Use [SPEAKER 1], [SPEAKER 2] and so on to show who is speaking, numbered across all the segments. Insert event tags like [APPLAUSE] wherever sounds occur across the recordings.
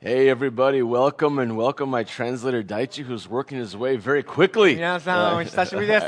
[SPEAKER 1] Hey, everybody, welcome and welcome my translator Daichi, who's working his way very quickly.
[SPEAKER 2] 皆さん、お久しぶりです。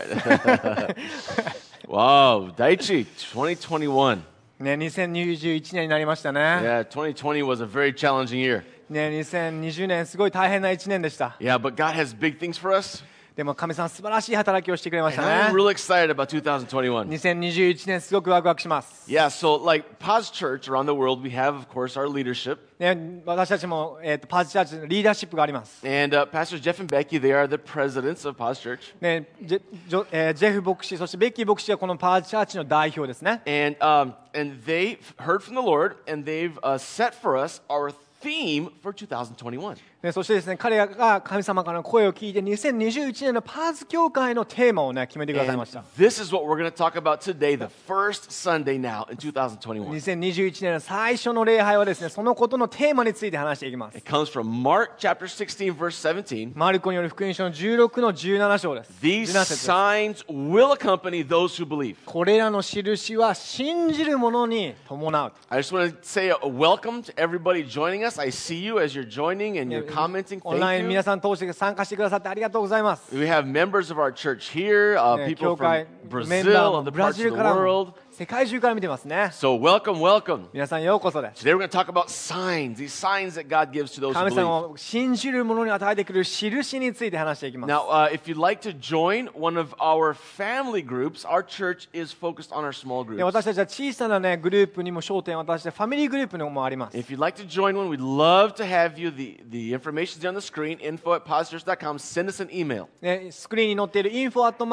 [SPEAKER 1] Wow, Daichi, 2021.
[SPEAKER 2] ね、2021年になりましたね。
[SPEAKER 1] Yeah, 2020 was a very challenging year.
[SPEAKER 2] ね、2020年、すごい大変な1年でした。
[SPEAKER 1] Yeah, but God has big things for us.
[SPEAKER 2] でも、神さん、素晴らしい働きをしてくれまし
[SPEAKER 1] And I'm
[SPEAKER 2] たね。
[SPEAKER 1] really excited about 2021.
[SPEAKER 2] 2021年、すごくワクワクします。
[SPEAKER 1] Yeah, so like Paz Church around the world, we have, of course, our leadership.
[SPEAKER 2] ね、私たちも、えーとパーチチャーチのリーダーシップがあります。
[SPEAKER 1] And uh, Pastors Jeff and Becky, they are the presidents of Paz Church.
[SPEAKER 2] ね、ジェジョえージェフ牧師、そしてベッキー牧師はこのパーチチャーチの代表ですね。
[SPEAKER 1] And, um, and they f- heard from the Lord, and they've uh, set for us our theme for 2021.
[SPEAKER 2] ね、そしてですね、彼らが神様からの声を聞いて、2021年のパーズ教会のテーマをね、決めてくださいま
[SPEAKER 1] And
[SPEAKER 2] した。
[SPEAKER 1] this is what we're going to talk about today, the first Sunday now in 2021.
[SPEAKER 2] 2021年の最初の礼拝はですねそのことのテーマについて話していきます
[SPEAKER 1] It comes from Mark chapter 16, verse 17.
[SPEAKER 2] マルコによる福音書の16の17章です
[SPEAKER 1] These
[SPEAKER 2] 17節です
[SPEAKER 1] signs will accompany those who believe.
[SPEAKER 2] これらの印は信じる者に伴う
[SPEAKER 1] I just want to say a welcome to everybody joining us. I see you as you're joining and you're commenting.
[SPEAKER 2] オンライン
[SPEAKER 1] Thank
[SPEAKER 2] 皆
[SPEAKER 1] you.
[SPEAKER 2] さん通して参加してくださってありがとうございます
[SPEAKER 1] We have members of our church here, uh,
[SPEAKER 2] ね
[SPEAKER 1] people
[SPEAKER 2] 教会
[SPEAKER 1] from
[SPEAKER 2] メンバー
[SPEAKER 1] Brazil
[SPEAKER 2] も
[SPEAKER 1] and the
[SPEAKER 2] ブラ
[SPEAKER 1] parts
[SPEAKER 2] ジ
[SPEAKER 1] of
[SPEAKER 2] ル
[SPEAKER 1] the
[SPEAKER 2] からも
[SPEAKER 1] world.
[SPEAKER 2] 世界中から見てますね
[SPEAKER 1] So, welcome, welcome.
[SPEAKER 2] 皆さんようこそです
[SPEAKER 1] Today we're going to talk about signs, these signs that God gives to those who
[SPEAKER 2] 神様
[SPEAKER 1] believe.
[SPEAKER 2] を信じる者に与えてくる印について話していきます
[SPEAKER 1] Now, uh, if you'd like to join one of our family groups, our church is focused on our small
[SPEAKER 2] で
[SPEAKER 1] groups.
[SPEAKER 2] 私たちは小さな、ね、グループにも焦点を渡してファミリーグループにもあります
[SPEAKER 1] If you'd like to join one, we'd love to have you. The, the information's there on the screen, info at positives.com. Send us an email.
[SPEAKER 2] ね、スクリーンに載っている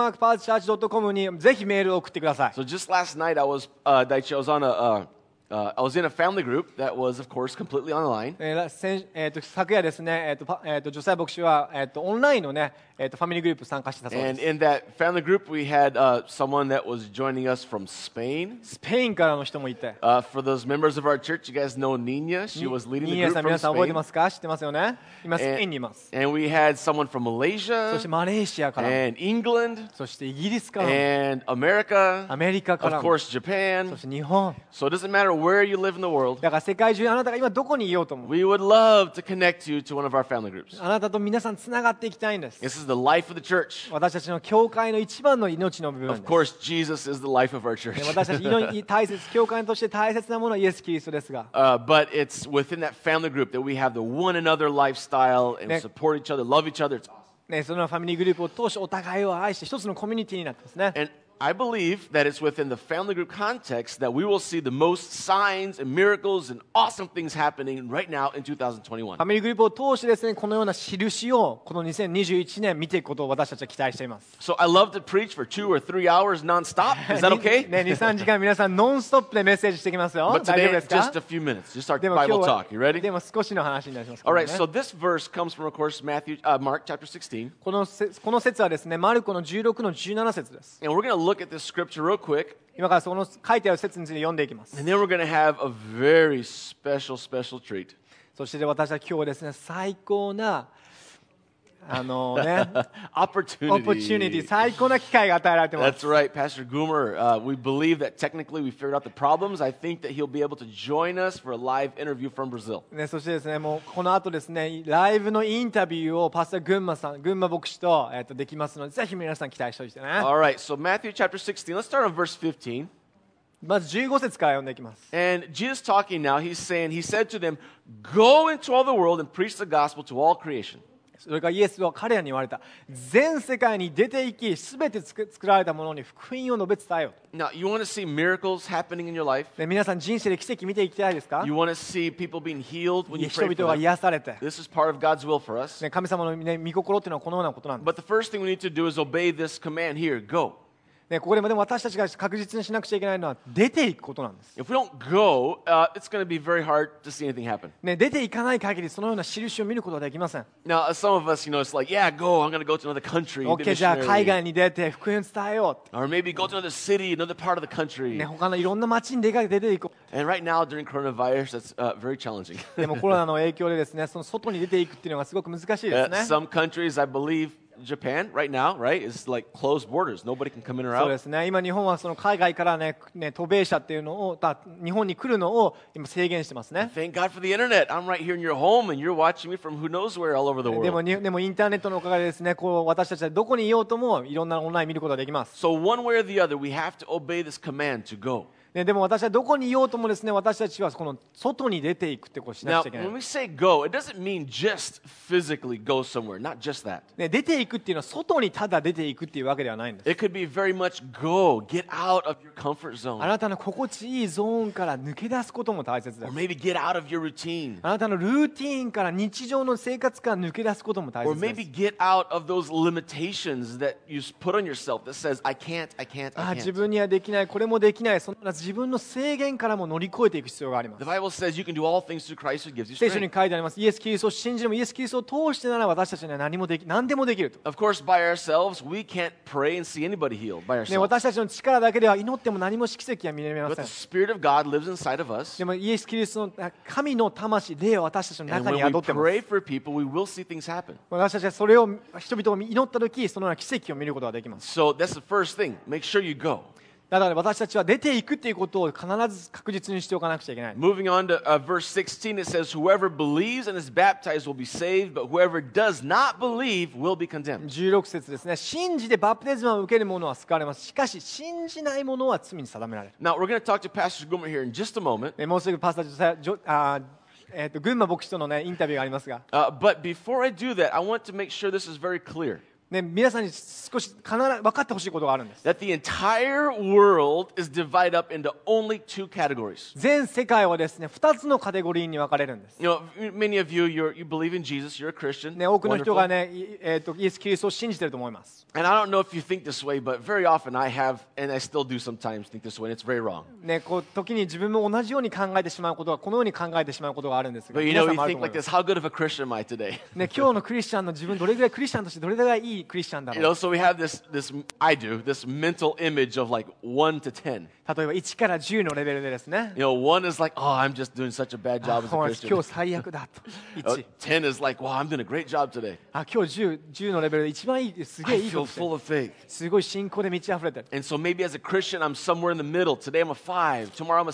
[SPEAKER 2] info.parchurch.com にぜひメールを送ってください。
[SPEAKER 1] So just last night, I was, uh, Daichi, I was on a, uh, uh, I was in a family group that was, of course, completely online.
[SPEAKER 2] えーら先えーと昨夜ですね、えーとパえーと女性牧師は、えーとオンラインの、ねえーとファミリーグループ参加してたそうで
[SPEAKER 1] And
[SPEAKER 2] す。
[SPEAKER 1] in that family group, we had uh, someone that was joining us from Spain.
[SPEAKER 2] スペインからの人もいて、
[SPEAKER 1] Uh, for those members of our church, you guys know Nina. She was leading the
[SPEAKER 2] ニーヤ
[SPEAKER 1] group
[SPEAKER 2] さん、皆
[SPEAKER 1] from
[SPEAKER 2] さん覚えてま
[SPEAKER 1] Spain.
[SPEAKER 2] すか知ってますよね今、スペインにいます。
[SPEAKER 1] and we had someone from
[SPEAKER 2] そ
[SPEAKER 1] Malaysia
[SPEAKER 2] してマレーシアからも、
[SPEAKER 1] and England
[SPEAKER 2] そしてイギリスからも、
[SPEAKER 1] and America,
[SPEAKER 2] アメリカか
[SPEAKER 1] of
[SPEAKER 2] らも、
[SPEAKER 1] course, Japan.
[SPEAKER 2] そして日本。
[SPEAKER 1] So it doesn't matter where you live in the world.
[SPEAKER 2] だから世界中、あなたが今どこにいようとも、
[SPEAKER 1] We would love to connect you to one of our family groups.
[SPEAKER 2] あなたと皆さんつながっていきたいんです。
[SPEAKER 1] This is the life of the church.
[SPEAKER 2] 私たちの教会の一番の命の部分です
[SPEAKER 1] Of。course, Jesus is the life of our church.
[SPEAKER 2] ね私たち祈り大切教会として大切なものはイエス・キリストですが、
[SPEAKER 1] [LAUGHS] Uh, but it's within that family group that we have the one another lifestyle and
[SPEAKER 2] Ne-
[SPEAKER 1] support each other, love each other. It's awesome.
[SPEAKER 2] ね、そのファミリーグループを通してお互いを愛して一つのコミュニティになってますね。
[SPEAKER 1] And I believe that it's within the family group context that we will see the most signs and miracles and awesome things happening right now in 2021.
[SPEAKER 2] ファミリーグループを通してですね、このような印をこの2021年見ていくことを私たちは期待しています。
[SPEAKER 1] So I love to preach for two or three hours nonstop. Is that
[SPEAKER 2] に
[SPEAKER 1] okay? [LAUGHS]
[SPEAKER 2] ね、2、3時間皆さんノンストップでメッセージしてきますよ。
[SPEAKER 1] But
[SPEAKER 2] 大丈夫
[SPEAKER 1] today,
[SPEAKER 2] です
[SPEAKER 1] just a
[SPEAKER 2] か
[SPEAKER 1] few minutes, just our
[SPEAKER 2] でも今日
[SPEAKER 1] Bible
[SPEAKER 2] は
[SPEAKER 1] talk. You ready?
[SPEAKER 2] でも少しの話になりますけ
[SPEAKER 1] All
[SPEAKER 2] どね、
[SPEAKER 1] right. So this verse comes from, of course, Matthew, uh, Mark chapter 16,
[SPEAKER 2] このせこの説はですね、マルコの16の17節です。
[SPEAKER 1] and we're going to look at this scripture real quick,
[SPEAKER 2] 今からその書いてある説について読んでいきます。
[SPEAKER 1] and then we're going to have a very special, special treat. [LAUGHS]
[SPEAKER 2] そして私は今日はですね最高なあの
[SPEAKER 1] [LAUGHS]
[SPEAKER 2] ねオ
[SPEAKER 1] Opportunity.
[SPEAKER 2] ポチュニティ最高な機会が与えられてます
[SPEAKER 1] That's right, Pastor Goomer. Uh, we believe that technically we figured out the problems. I think that he'll be able to join us for a live interview from Brazil.
[SPEAKER 2] ね、そしてですねもうこの後ですねライブのインタビューをパスタ群馬さん群馬牧師と,、えっとできますのでぜひ皆さん期待しておいてね
[SPEAKER 1] All right, so Matthew chapter 16, let's start on verse 15.
[SPEAKER 2] まず15節から読んでいきます
[SPEAKER 1] And Jesus talking now, he's saying, He said to them, Go into all the world and preach the gospel to all creation.
[SPEAKER 2] それからイエスは彼らに言われた全世界に出て行きすべてつく作られたものに福音を述べ伝えよ
[SPEAKER 1] Now, you want to see miracles happening in your life.
[SPEAKER 2] うで皆さん人生で奇跡見ていきたいですか
[SPEAKER 1] You want to see people being healed when you
[SPEAKER 2] 人
[SPEAKER 1] pray
[SPEAKER 2] 々
[SPEAKER 1] for
[SPEAKER 2] が
[SPEAKER 1] them.
[SPEAKER 2] 癒されて、
[SPEAKER 1] This is part of God's will for us.
[SPEAKER 2] ね、神様の、ね、御心っていうのはこのようなことなんです
[SPEAKER 1] But the first thing we need to do is obey this command here go.
[SPEAKER 2] ね、ここでもでも私たちが確実にしなくちゃいけないのは出ていくことなんです、
[SPEAKER 1] If we don't go, uh, it's going to be very hard to see anything happen.
[SPEAKER 2] ね、出ていかない限りそのような印を見ることはできません
[SPEAKER 1] Now, uh, some of us, you know, it's like, yeah, go. I'm going to go to another country. be a
[SPEAKER 2] OK じゃあ
[SPEAKER 1] missionary.
[SPEAKER 2] 海外に出て福音伝えようっ
[SPEAKER 1] Or maybe go to another city, another part of the
[SPEAKER 2] て、
[SPEAKER 1] country.
[SPEAKER 2] ね、他のいろんな街に出かけて出ていこ
[SPEAKER 1] And right now, during coronavirus, that's uh, very challenging.
[SPEAKER 2] うでもコロナの影響でですねその外に出ていくっていうのがすごく難しいで
[SPEAKER 1] [LAUGHS] Uh,
[SPEAKER 2] すね
[SPEAKER 1] some countries, I believe, Japan right now, right, is like closed borders. Nobody can come in or
[SPEAKER 2] そ
[SPEAKER 1] out.
[SPEAKER 2] うですね今日本はその海外からねね渡米者っていうのをだ日本に来るのを今制限してますね
[SPEAKER 1] Thank God for the internet. I'm right here in your home, and you're watching me from who knows where all over the
[SPEAKER 2] でも
[SPEAKER 1] world.
[SPEAKER 2] にでもインターネットのおかげでですねこう私たちはどこにいようともいろんなオンライン見ることができます、
[SPEAKER 1] So, one way or the other, we have to obey this command to go.
[SPEAKER 2] ね、でも私はどこにいようともですね私たちはこの外に出ていくってことをしな
[SPEAKER 1] Now,
[SPEAKER 2] くちゃいけない
[SPEAKER 1] when we、say go, it doesn't mean just physically go somewhere, not just that.
[SPEAKER 2] ね、出ていくっていうのは外にただ出ていくっていうわけではないんです
[SPEAKER 1] It could be very much go, get out of your comfort
[SPEAKER 2] あ
[SPEAKER 1] zone,
[SPEAKER 2] なたの心地いいゾーンから抜け出すことも大切で
[SPEAKER 1] or
[SPEAKER 2] す
[SPEAKER 1] maybe get out of your routine,
[SPEAKER 2] あなたのルーティーンから日常の生活から抜け出すことも大
[SPEAKER 1] or
[SPEAKER 2] 切
[SPEAKER 1] maybe
[SPEAKER 2] です
[SPEAKER 1] get out of those limitations that you s- put on yourself that says, I can't, I can't,
[SPEAKER 2] あ
[SPEAKER 1] I
[SPEAKER 2] 自
[SPEAKER 1] can't.
[SPEAKER 2] 分にはできないこれもできないそんな自分の制限からも乗り越えていく必要があります
[SPEAKER 1] The Bible says you can do all things through Christ who gives you
[SPEAKER 2] 聖書に
[SPEAKER 1] strength.
[SPEAKER 2] 書いてありますイエス・キリストを信じるもイエス・キリストを通してなら私たちには何もでき何でもできると、
[SPEAKER 1] Of course, by ourselves, we can't pray and see anybody healed by
[SPEAKER 2] ね、
[SPEAKER 1] ourselves.
[SPEAKER 2] 私たちの力だけでは祈っても何も奇跡は見れま
[SPEAKER 1] But
[SPEAKER 2] せ
[SPEAKER 1] the Spirit
[SPEAKER 2] ん
[SPEAKER 1] of God lives inside of us.
[SPEAKER 2] でもイエス・キリストのあ神の魂霊は私たちの
[SPEAKER 1] And
[SPEAKER 2] 中に
[SPEAKER 1] when we
[SPEAKER 2] 宿ってます
[SPEAKER 1] pray for people, we will see things happen.
[SPEAKER 2] 私たちはそれを人々を祈った時そのような奇跡を見ることができます
[SPEAKER 1] So that's the first thing. Make sure you go.
[SPEAKER 2] だから私たちは出ていくっていうことを必ず確実にしておかなくちゃいけない
[SPEAKER 1] Moving on to uh, verse 16, it says, Whoever believes and is baptized will be saved, but whoever does not believe will be condemned.
[SPEAKER 2] 16節ですね信じてバプテスマを受ける者は救われますしかし信じない者は罪に定められる
[SPEAKER 1] Now, we're going to talk to Pastor Gomer here in just a moment.
[SPEAKER 2] えもうすぐパスタジョサジョあーえーと群馬牧師との、ね、インタビューがありますが、
[SPEAKER 1] Uh, but before I do that, I want to make sure this is very clear
[SPEAKER 2] ね、皆さんに少し必ず分かってほしいことがあるんです
[SPEAKER 1] that the entire world is divided up into only two categories.
[SPEAKER 2] 全世界はですね2つのカテゴリーに分かれるんです、
[SPEAKER 1] You know, m- many of you, you're, you believe in Jesus, you're a Christian.
[SPEAKER 2] ね、多くの人
[SPEAKER 1] Wonderful.
[SPEAKER 2] が、ねいえーとイエス・キリストを信じてると思います、
[SPEAKER 1] And I don't know if you think this way, but very often I have, and I still do sometimes think this way, and it's very wrong.
[SPEAKER 2] ね、こう時に自分も同じように考えてしまうことがこのように考えてしまうことがあるんですが
[SPEAKER 1] But you
[SPEAKER 2] 皆
[SPEAKER 1] know,
[SPEAKER 2] さん
[SPEAKER 1] you
[SPEAKER 2] もあると
[SPEAKER 1] think
[SPEAKER 2] 思い
[SPEAKER 1] like
[SPEAKER 2] ま
[SPEAKER 1] this
[SPEAKER 2] す
[SPEAKER 1] how good of a Christian am I today?
[SPEAKER 2] ね、今日のクリスチャンの自分どれぐらいクリスチャンとしてどれぐらいいいクリスチャンだ
[SPEAKER 1] You know,
[SPEAKER 2] ろう
[SPEAKER 1] so we have this, this I do, this mental image of like one to ten.
[SPEAKER 2] 例えば1から10のレベルでですね
[SPEAKER 1] [LAUGHS] You know, one is like, oh, I'm just doing such a bad
[SPEAKER 2] あ [LAUGHS]
[SPEAKER 1] job as a
[SPEAKER 2] 今
[SPEAKER 1] Christian.
[SPEAKER 2] 日最
[SPEAKER 1] [LAUGHS]
[SPEAKER 2] 悪だと
[SPEAKER 1] Uh,
[SPEAKER 2] 1
[SPEAKER 1] ten is like, wow, I'm doing a great job today.
[SPEAKER 2] あ今日 10, 10のレベルで一番いいすげえ
[SPEAKER 1] I
[SPEAKER 2] いいこ
[SPEAKER 1] feel
[SPEAKER 2] としてる
[SPEAKER 1] full of faith.
[SPEAKER 2] すごい信仰で満ち溢れてる
[SPEAKER 1] And so maybe as a Christian, I'm somewhere in the middle. Today I'm a five, tomorrow I'm a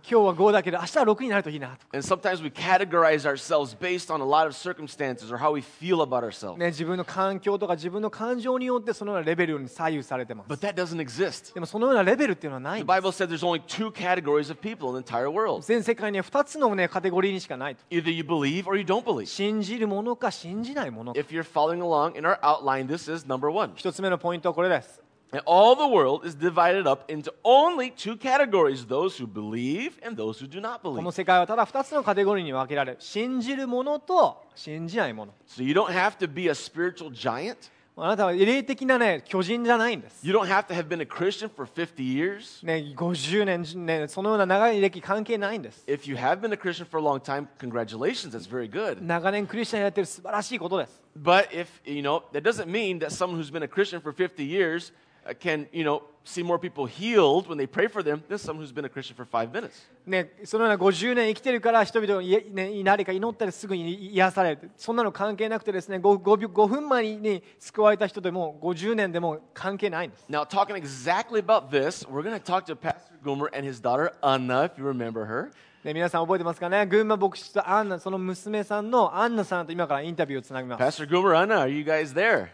[SPEAKER 1] seven.
[SPEAKER 2] 今日は5だけど明日は6になるといいなと
[SPEAKER 1] And sometimes we categorize ourselves based on a lot of circumstances or how we feel about ourselves.
[SPEAKER 2] ね、自分の環境とか自分の感情によってそのようなレベルに左右されてます
[SPEAKER 1] But that doesn't exist.
[SPEAKER 2] でもそのようなレベルっていうのはな
[SPEAKER 1] The
[SPEAKER 2] いんです
[SPEAKER 1] Bible said there's only two categories of people in the entire world
[SPEAKER 2] 全世界には2つの、ね、カテゴリーにしかないと
[SPEAKER 1] either you believe or you don't believe.
[SPEAKER 2] 信じるものか信じないものか
[SPEAKER 1] If you're following along in our outline, this is number one.
[SPEAKER 2] 一つ目のポイントはこれです
[SPEAKER 1] And all the world is divided up into only two categories those who believe and those who do not
[SPEAKER 2] この
[SPEAKER 1] believe.
[SPEAKER 2] 世界はただ2つのカテゴリーに分けられる信じるものと信じないもの
[SPEAKER 1] So you don't have to be a spiritual giant.
[SPEAKER 2] あなたは霊的な、ね、巨人じゃないんです、
[SPEAKER 1] You don't have to have been a Christian for 50 years.
[SPEAKER 2] ね、50年、ね、そのような長い歴関係ないんです
[SPEAKER 1] If you have been a Christian for a long time, congratulations, that's very good.
[SPEAKER 2] 長年クリスチャンやってる素晴らしいことです
[SPEAKER 1] But if, you know, that doesn't mean that someone who's been a Christian for 50 years uh, can, you know, see more people healed when they pray for them than someone who's been a Christian for five minutes.
[SPEAKER 2] ね、そのような50年生きてるから人々に、いね、何か祈ったらすぐに癒されるそんなの関係なくてですね 5, 5, 分前に救われた人でも50年でも関係ないんです
[SPEAKER 1] Now, talking exactly about this, we're going to talk to Pastor Goomer and his daughter Anna, if you remember her.
[SPEAKER 2] で皆さん覚えてますかね群馬牧師とアンナその娘さんのアンナさんと今からインタビューをつなぎます聞
[SPEAKER 1] Pastor Goomer, Anna, are you guys there?
[SPEAKER 2] こ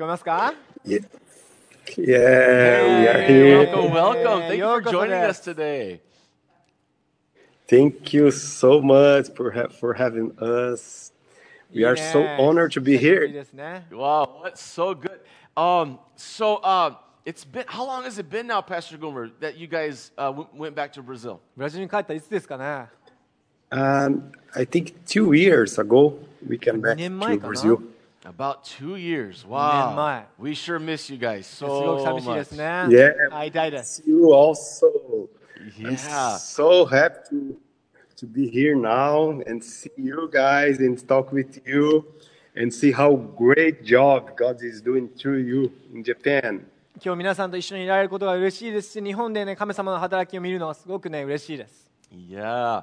[SPEAKER 2] えますか
[SPEAKER 3] Yeah, yeah we are
[SPEAKER 1] Hey,
[SPEAKER 3] here.
[SPEAKER 1] welcome, welcome. Thank you for
[SPEAKER 2] Yoko
[SPEAKER 1] joining
[SPEAKER 2] desu.
[SPEAKER 1] us today.
[SPEAKER 3] Thank you so much for ha- for having us. We are so
[SPEAKER 2] Yes.
[SPEAKER 3] honored to be
[SPEAKER 2] いい
[SPEAKER 3] here.
[SPEAKER 2] ですね
[SPEAKER 1] Wow, that's so good. Um, so, uh, it's been how long has it been now, Pastor Goomer, that you guys uh, w- went back to Brazil?
[SPEAKER 2] ブラジルに帰ったらいつですかね
[SPEAKER 3] Um, I think two years ago we came back
[SPEAKER 2] Nen mai
[SPEAKER 3] to
[SPEAKER 2] kana?
[SPEAKER 3] Brazil.
[SPEAKER 1] About two years.
[SPEAKER 2] Nen mai.
[SPEAKER 1] Wow, we sure miss you guys
[SPEAKER 2] すごく
[SPEAKER 1] so
[SPEAKER 2] 寂しいで
[SPEAKER 1] much.
[SPEAKER 2] すね
[SPEAKER 3] Yeah.
[SPEAKER 2] 会いたいです
[SPEAKER 3] See you also.
[SPEAKER 1] Yeah,
[SPEAKER 3] So happy to, to be here now and see you guys and talk with you and see how great job God is doing through you in Japan.
[SPEAKER 2] 今日皆さんと一緒にいられることが嬉しいですし日本でね神様の働きを見るのはすごくね嬉しいです
[SPEAKER 1] yeah.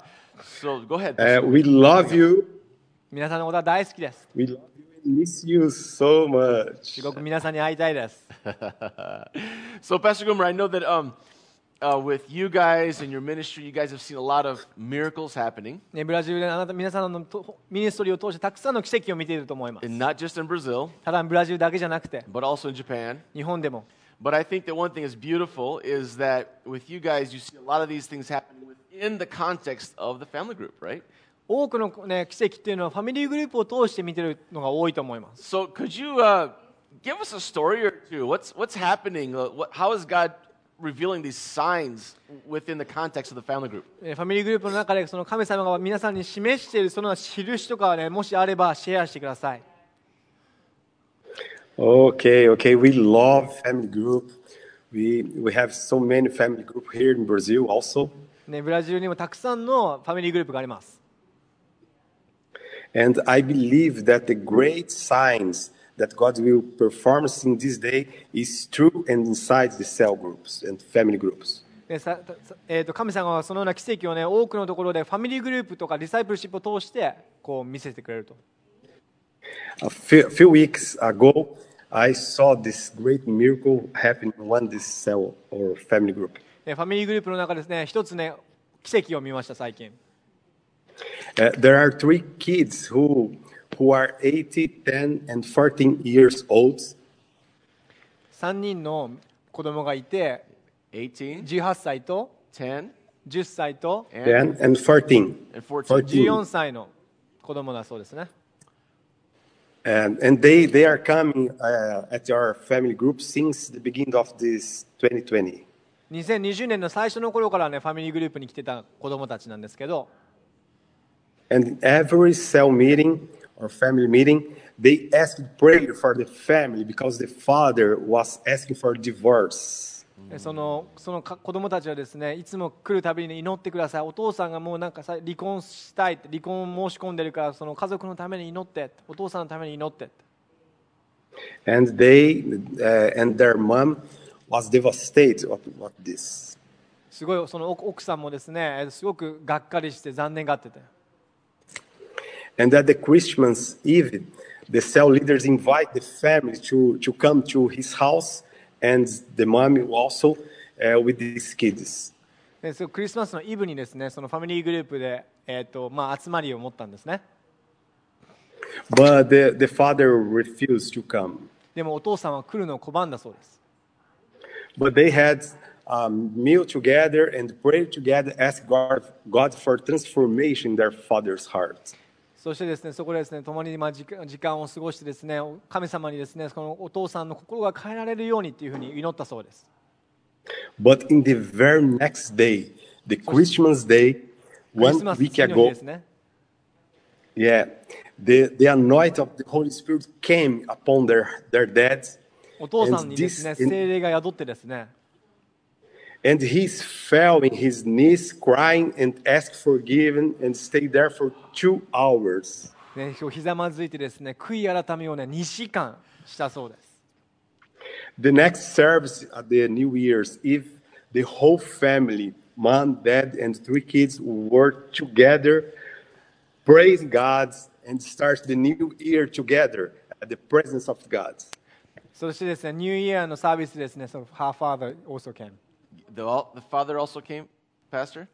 [SPEAKER 1] So go ahead.
[SPEAKER 3] Uh, we love you.
[SPEAKER 2] 皆さんのことは大好きです
[SPEAKER 3] We love you and miss you so much.
[SPEAKER 2] すごく皆さんに会いたいです。
[SPEAKER 1] So, Pastor [LAUGHS] Gomer, I know that um, uh, with you guys and your ministry, you guys have seen a lot of miracles happening,
[SPEAKER 2] ね、ブラジルであなた皆さんのとミニストリーを通してたくさんの奇跡を見ていると思います
[SPEAKER 1] and。not just in Brazil,
[SPEAKER 2] ただブラジルだけじゃなくて
[SPEAKER 1] but also in Japan.
[SPEAKER 2] 日本でも。
[SPEAKER 1] But I think that one thing that's beautiful is that with you guys, you see a lot of these things happening within the context of the family group, right?
[SPEAKER 2] 多くの、ね、奇跡っていうのはファミリーグループを通して見てるのが多いと思います
[SPEAKER 1] So, could you uh, give us a story or two? What's, what's happening? Uh, what, how is God revealing these signs within the context of the family group?
[SPEAKER 2] えーファミリーグループの中でその神様が皆さんに示しているその印とか、ね、もしあればシェアしてください
[SPEAKER 3] Okay, okay. We love family group. We we have so many family group here in Brazil also.
[SPEAKER 2] ね、ブラジルにもたくさんのファミリーグループがあります
[SPEAKER 3] And I believe that the great signs that God will perform in this day is true and inside the cell groups and family groups.
[SPEAKER 2] でささえーと神様はそのような奇跡を、ね、多くのところでファミリーグループとかリサイプルシップを通してこう見せてくれると、
[SPEAKER 3] A few, few weeks ago, I saw this great miracle happen in one this cell or family group.
[SPEAKER 2] ね、ファミリーグループの中ですね一つね奇跡を見ました最近
[SPEAKER 3] Uh, there are three kids who who are 80, 10, and 14 years old.
[SPEAKER 2] 3人の子供がいて
[SPEAKER 1] 18,
[SPEAKER 2] 18歳と
[SPEAKER 1] 10,
[SPEAKER 2] 10歳と
[SPEAKER 1] and,
[SPEAKER 3] 10 and 14.
[SPEAKER 1] and 14.
[SPEAKER 2] 14歳の子供だそうですね
[SPEAKER 3] And, and they, they are coming uh, at our family group since the beginning of this 2020.
[SPEAKER 2] 2020年の最初の頃からねファミリーグループに来てた子供たちなんですけど
[SPEAKER 3] And in every cell meeting or family meeting, they asked prayer for the family because the father was asking for divorce.
[SPEAKER 2] えそのそのか子供たちはですねいつも来るたびに祈ってくださいお父さんがもうなんかさ離婚したいって離婚を申し込んでるからその家族のために祈ってお父さんのために祈ってって
[SPEAKER 3] And they uh, and their mom was devastated of, of this.
[SPEAKER 2] すごいその奥奥さんもですねえすごくがっかりして残念がってて
[SPEAKER 3] And at the Christmas Eve, the cell leaders invite the family to, to come to his house and the mom also uh, with these kids.
[SPEAKER 2] でそうクリスマスのイブにですねそのファミリーグループで、えーとまあ、集まりを持ったんですね
[SPEAKER 3] But the, the father refused to come.
[SPEAKER 2] でもお父さんは来るのを拒んだそうです
[SPEAKER 3] But they had a meal together and prayed together, asked God, God for transformation in their father's heart.
[SPEAKER 2] そしてですねそこでですね共にまあ時間時間を過ごしてですねお神様にですねこのお父さんの心が変えられるようにっていうふうに祈ったそうです
[SPEAKER 3] But in the very next day, the Christmas day,
[SPEAKER 2] クリス
[SPEAKER 3] one
[SPEAKER 2] マス
[SPEAKER 3] week
[SPEAKER 2] 次の日
[SPEAKER 3] ago,
[SPEAKER 2] ですね
[SPEAKER 3] yeah, the, the anointing of the Holy Spirit came upon their, their dad,
[SPEAKER 2] お父さんにですね
[SPEAKER 3] And this-
[SPEAKER 2] 精霊が宿ってですね
[SPEAKER 3] and he fell in his knees, crying and asked forgiven, and stayed there for two hours.
[SPEAKER 2] ねひざまずいてですね悔い改めをね2時間したそうです
[SPEAKER 3] The next service at the New Year's Eve, the whole family, mom, dad, and three kids, were together, praise God, and start the new year together at the presence of God.
[SPEAKER 2] そしてですねニューイヤーのサービスでですねその Her father also came
[SPEAKER 1] The, all, the father also came, Pastor?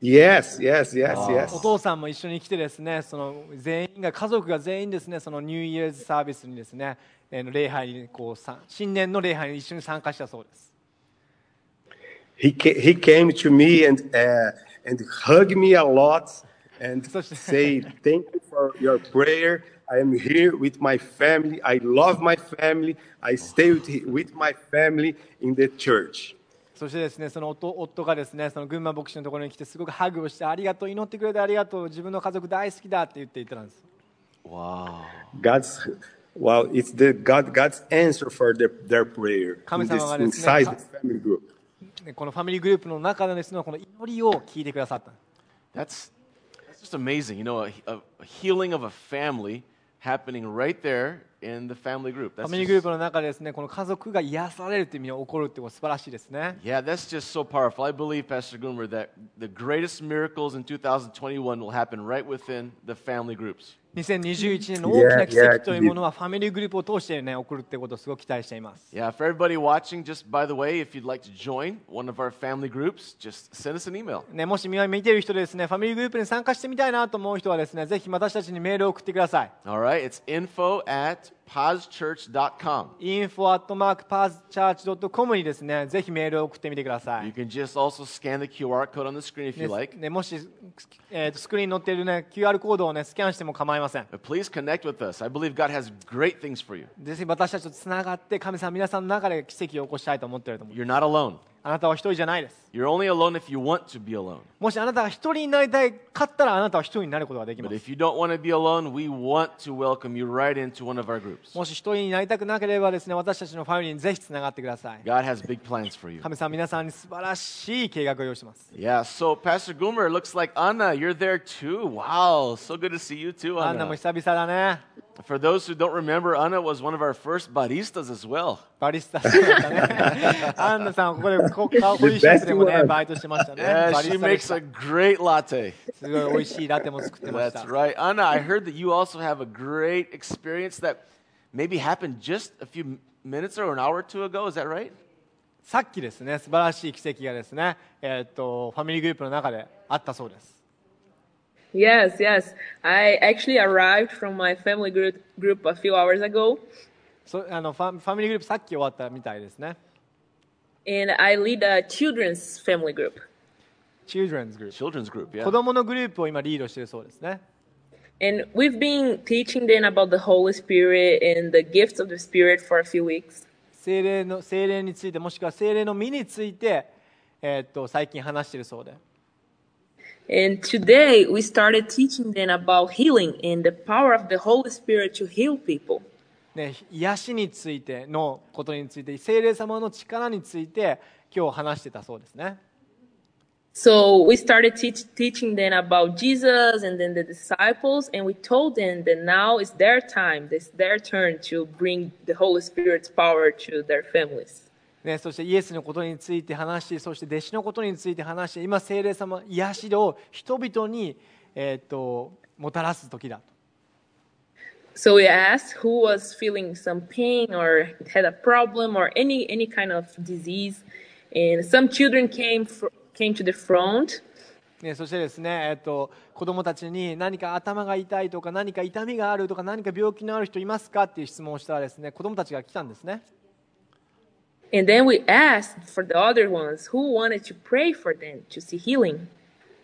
[SPEAKER 3] Yes, yes, yes,
[SPEAKER 2] お
[SPEAKER 3] yes.
[SPEAKER 2] 父さんも一緒に来てですねその全員が家族が全員ですねそのニューイヤーズサービスにですねえー礼拝にこうさ新年の礼拝に一緒に参加したそうです
[SPEAKER 3] He, ca- he came to me and, uh, and hugged me a lot and
[SPEAKER 2] Such-
[SPEAKER 3] say, thank you for your prayer. I am here with my family. I love my family. I stay with, with my family in the church.
[SPEAKER 2] そしてですねその夫夫がですねその群馬牧師のところに来てすごくハグをしてありがとう祈ってくれてありがとう自分の家族大好きだって言っていたんです
[SPEAKER 1] Wow.
[SPEAKER 3] God's well, it's the God God's answer for their, their prayer in this,
[SPEAKER 2] 神様がですね、か-
[SPEAKER 3] inside the family group.
[SPEAKER 2] でこのファミリーグループの中でですねこの祈りを聞いてくださった
[SPEAKER 1] That's, that's just amazing. You know, a, a- a healing of a family happening right there in the family group.
[SPEAKER 2] ファ
[SPEAKER 1] That's
[SPEAKER 2] ミリー
[SPEAKER 1] just-
[SPEAKER 2] グループの中でですねこの家族が癒されるっていう意味で起こるってこと素晴らしいですね
[SPEAKER 1] yeah, that's just so powerful. I believe, Pastor Goomer, that the greatest miracles in 2021 will happen right within the family groups.
[SPEAKER 2] 2021年の大きな奇
[SPEAKER 3] Yeah, yeah,
[SPEAKER 2] 跡というものはファミリーグループを通してね起こるってことをすごく期待しています
[SPEAKER 1] Yeah, for everybody watching, just by the way, if you'd like to join one of our family groups, just send us an email.
[SPEAKER 2] ね、もし見てる人でですねファミリーグループに参加してみたいなと思う人はですねぜひ私たちにメールを送ってください
[SPEAKER 1] All right, it's info at poschurch.com.
[SPEAKER 2] info.parschurch.com にですねぜひメールを送ってみてくださ
[SPEAKER 1] You
[SPEAKER 2] い、
[SPEAKER 1] can just also scan the QR code on the screen if you
[SPEAKER 2] ね
[SPEAKER 1] like.
[SPEAKER 2] ねもし、えーとスクリーンに載っている、ね、QR コードを、ね、スキャンしても構いません
[SPEAKER 1] But please connect with us. I believe God has great things for you.
[SPEAKER 2] ぜひ私たちとつながって神様皆さんの中で奇跡を起こしたいと思っていると思う
[SPEAKER 1] You're not alone.
[SPEAKER 2] あなたは一人じゃないです
[SPEAKER 1] You're only alone if you want to be alone.
[SPEAKER 2] もしあなたが一人になりたいかったらあなたは一人になることができま
[SPEAKER 1] But
[SPEAKER 2] す
[SPEAKER 1] if you don't want to be alone, we want to welcome you right into one of our groups.
[SPEAKER 2] もし一人になりたくなければですね私たちのファミリーにぜひつながってください
[SPEAKER 1] God has big plans for you.
[SPEAKER 2] 神様皆さんに素晴らしい計画を用意してます
[SPEAKER 1] Yeah, so Pastor Goomer, it looks like Anna, you're there too. Wow, so good to see you too,
[SPEAKER 2] アンナも
[SPEAKER 1] Anna.
[SPEAKER 2] 久々だね。
[SPEAKER 1] For those who don't remember, Anna was one of our first baristas as well.
[SPEAKER 2] バリスタしてました
[SPEAKER 1] [LAUGHS]
[SPEAKER 2] ね。アンナさんはここでこ顔美味しいやつでもね、バイトしてましたね。
[SPEAKER 1] Yeah,
[SPEAKER 2] バリ
[SPEAKER 1] she
[SPEAKER 2] スタで
[SPEAKER 1] makes
[SPEAKER 2] した
[SPEAKER 1] a great latte.
[SPEAKER 2] すごい美味しいラテも作ってまし
[SPEAKER 1] That's
[SPEAKER 2] た。
[SPEAKER 1] right. Anna, I heard that you also have a great experience that maybe happened just a few m- minutes or an hour or two ago. Is that right?
[SPEAKER 2] さっきですね、素晴らしい奇跡がですね、えーっと、ファミリーグループの中であったそうです。
[SPEAKER 4] Yes, yes. I actually arrived from my family group, group a few hours ago,
[SPEAKER 2] そあのファファミリーグループさっき終わったみたいですね。
[SPEAKER 4] and I lead a children's family group.
[SPEAKER 2] Children's Group。
[SPEAKER 1] Children's group, yeah.
[SPEAKER 2] 子供のグループを今リードしてるそうですね。
[SPEAKER 4] And we've been teaching them about the Holy Spirit and the gifts of the Spirit for a few weeks.
[SPEAKER 2] 精霊の、精霊について、もしくは精霊の身について、えーっと、最近話してるそうで。
[SPEAKER 4] And today we started teaching them about healing and the power of the Holy Spirit to heal people.
[SPEAKER 2] ね、癒しについてのことについて精霊様の力について今日話してたそうですね
[SPEAKER 4] So we started teach, teaching them about Jesus and then the disciples, and we told them that now is their time, it's their turn to bring the Holy Spirit's power to their families.
[SPEAKER 2] ねそしてイエスのことについて話しそして弟子のことについて話して今精霊様癒しを人々に、えーっともたらす時だと
[SPEAKER 4] So we asked who was feeling some pain or had a problem or any any kind of disease, and some children came fr- came to the front.
[SPEAKER 2] ね、そしてですね、えっと、子供たちに何か頭が痛いとか何か痛みがあるとか何か病気のある人いますかっていう質問をしたらですね子供たちが来たんですね
[SPEAKER 4] And then we asked for the other ones who wanted to pray for them to see healing.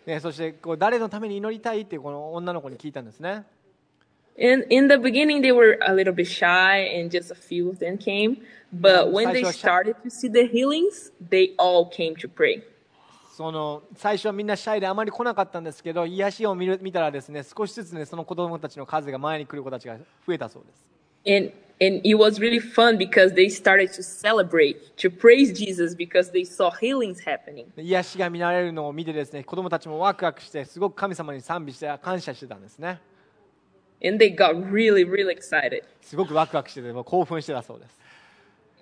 [SPEAKER 2] ねそしてこう誰のために祈りたいってこの女の子に聞いたんですね
[SPEAKER 4] In in the beginning, they were a little bit shy, and just a few of them came. But
[SPEAKER 2] Yeah,
[SPEAKER 4] when they
[SPEAKER 2] shy, shy, shy.
[SPEAKER 4] started to see the healings, they all came to pray.
[SPEAKER 2] その最初はみんなシャイであまり来なかったんですけど癒しを見る見たらですね少しずつねその子供たちの数が前に来る子たちが増えたそうです
[SPEAKER 4] And and it was really fun because they started to celebrate, to praise Jesus because they saw healings happening.
[SPEAKER 2] で癒しが見られるのを見てですね子供たちもワクワクしてすごく神様に賛美して感謝してたんですね
[SPEAKER 4] And they got really, really excited.
[SPEAKER 2] すごくワクワクしててもう興奮してたそうです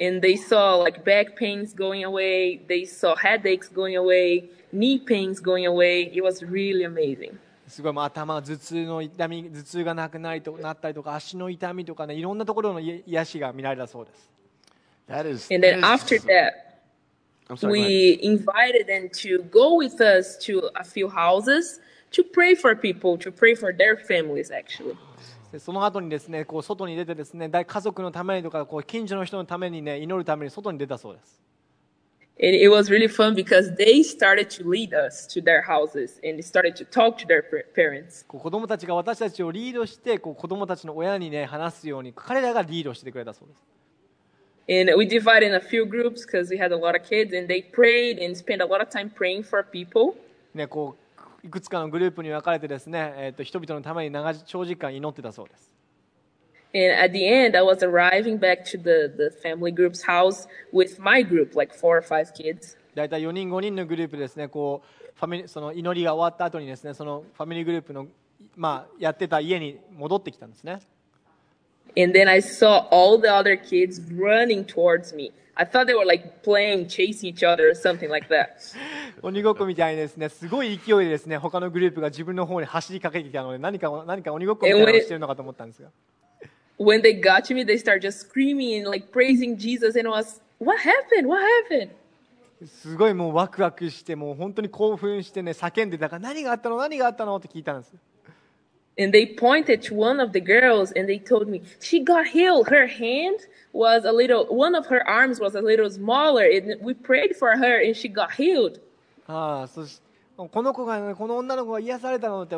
[SPEAKER 4] And they saw like back pains going away, they saw headaches going away, knee pains going away. It was really amazing.
[SPEAKER 2] すごいもう頭頭痛の痛み頭痛がなくなりとなったりとか足の痛みとかねいろんなところの癒癒しが見られたそうです
[SPEAKER 1] That is.
[SPEAKER 4] And
[SPEAKER 1] that
[SPEAKER 4] then
[SPEAKER 1] is
[SPEAKER 4] after
[SPEAKER 1] so-
[SPEAKER 4] that,
[SPEAKER 1] I'm sorry, go ahead.
[SPEAKER 4] we invited them to go with us to a few houses to pray for people, to pray for their families, actually.
[SPEAKER 2] でその後にですねこう外に出てですねだい家族のためにとかこう近所の人のためにね祈るために外に出たそうです
[SPEAKER 4] And it was really fun because they started to lead us to their houses and they started to talk to their par- parents.
[SPEAKER 2] こう子供たちが私たちをリードしてこう子供たちの親にね話すように彼らがリードしてくれたそうです
[SPEAKER 4] And we divided in a few groups because we had a lot of kids and they prayed and spent a lot of time praying for people.
[SPEAKER 2] ねこういくつかのグループに分かれてですね、えー、と人々のために長じ長時間祈ってたそうです
[SPEAKER 4] And at the end, I was arriving back to the, the family group's house with my group, like four or five kids.
[SPEAKER 2] 大体4人5人のグループですねこうファミリーその祈りが終わった後にですねそのファミリーグループの、まあ、やってた家に戻ってきたんですね
[SPEAKER 4] And then I saw all the other kids running towards me. I thought they were like playing, chasing each other or something like that.
[SPEAKER 2] 鬼ごっこみたいにですねすごい勢いでですね他のグループが自分の方に走りかけてきたので何か何か鬼ごっこみたいなのをしてるのかと思ったんですが
[SPEAKER 4] When they got to me, they started just screaming and like praising Jesus. And I was, what happened? What happened?
[SPEAKER 2] すごいもうワクワクしてもう本当に興奮してね叫んでたから何があったの何があったのって聞いたんです
[SPEAKER 4] And they pointed to one of the girls and they told me she got healed. Her hand was a little, one of her arms was a little smaller. And we prayed for her and she got healed.
[SPEAKER 2] ああそしこの子がねこの女の子が癒されたのって、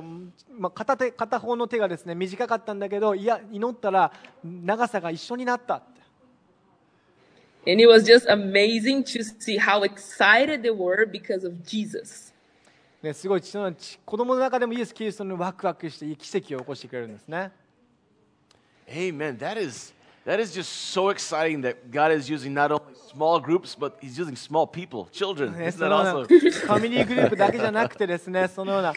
[SPEAKER 2] まあ、片手片方の手がですね短かったんだけどいや祈ったら長さが一緒になったって
[SPEAKER 4] And it was just amazing to see how excited they were because of Jesus.
[SPEAKER 2] ね、すごい父のち子供の中でもイエス・キリストのワクワクして奇跡を起こしてくれるんですね
[SPEAKER 1] Amen. That is that is just so exciting that God is using not only small groups, but He's using small people, children.
[SPEAKER 2] ね
[SPEAKER 1] Isn't
[SPEAKER 2] そ
[SPEAKER 1] that
[SPEAKER 2] のような
[SPEAKER 1] awesome?
[SPEAKER 2] ファミリーグループだけじゃなくてですねそのような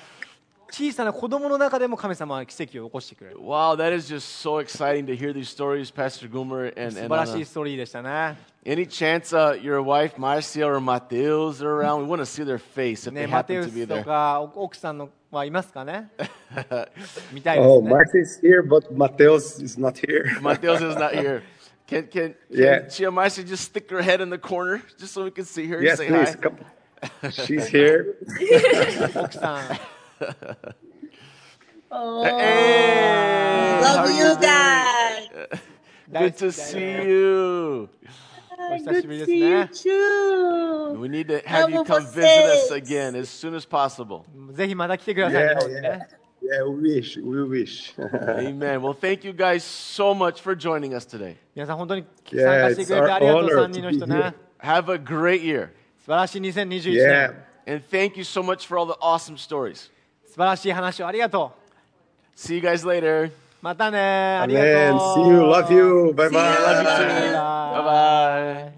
[SPEAKER 2] 小さな子供の中でも神様は奇跡を起こしてくれる
[SPEAKER 1] Wow, that is just so exciting to hear these stories, Pastor Goomer and,
[SPEAKER 2] 素
[SPEAKER 1] and
[SPEAKER 2] 晴らし
[SPEAKER 1] Anna.
[SPEAKER 2] いストーリーでしたね
[SPEAKER 1] Any chance uh, your wife Marcia or Mateos are around? We want to see their face if
[SPEAKER 2] ね
[SPEAKER 1] they
[SPEAKER 2] マテ
[SPEAKER 1] happen
[SPEAKER 2] ウ
[SPEAKER 1] to be
[SPEAKER 2] スと
[SPEAKER 1] there.
[SPEAKER 2] かお奥さんのはいます
[SPEAKER 1] [LAUGHS]
[SPEAKER 2] かね見たいで
[SPEAKER 3] Oh,
[SPEAKER 2] すね
[SPEAKER 3] Marcia is here, but Mateus is not here.
[SPEAKER 1] Mateos is not here. Can can, can
[SPEAKER 3] Yeah.
[SPEAKER 1] Chia Marcia just stick her head in the corner just so we can see her? and
[SPEAKER 3] yes,
[SPEAKER 1] say
[SPEAKER 3] please
[SPEAKER 1] hi.
[SPEAKER 3] come. She's here.
[SPEAKER 2] 奥さん
[SPEAKER 1] Hey, how are
[SPEAKER 5] Love you
[SPEAKER 1] doing?
[SPEAKER 5] guys.
[SPEAKER 1] [LAUGHS] Good
[SPEAKER 2] 大好きだよ
[SPEAKER 1] to see you.
[SPEAKER 2] お久しぶりですね
[SPEAKER 5] too.
[SPEAKER 1] We need to have you
[SPEAKER 5] Vamos
[SPEAKER 1] come visit us
[SPEAKER 5] vocês.
[SPEAKER 1] again as soon as possible.
[SPEAKER 2] ぜひまた来てください
[SPEAKER 3] Yeah,
[SPEAKER 2] 日本に
[SPEAKER 3] yeah.
[SPEAKER 2] ね
[SPEAKER 3] Yeah, we wish. We wish.
[SPEAKER 1] Amen. Well, thank you guys so much for joining us today.
[SPEAKER 2] 皆さん本当に参
[SPEAKER 3] Yeah,
[SPEAKER 2] 加してくれて
[SPEAKER 3] it's our
[SPEAKER 2] ありがとう
[SPEAKER 3] honor
[SPEAKER 2] 3人の人
[SPEAKER 3] to be here.
[SPEAKER 2] ね
[SPEAKER 1] Have a great year.
[SPEAKER 2] 素晴らしい2021
[SPEAKER 3] [LAUGHS] yeah.
[SPEAKER 2] 年
[SPEAKER 1] And thank you so much for all the awesome stories.
[SPEAKER 2] 素晴らしい話をありがと
[SPEAKER 1] See you guys later.
[SPEAKER 2] うまたねありがとう
[SPEAKER 3] Amen. See you. Love you. Bye bye.
[SPEAKER 1] Bye bye.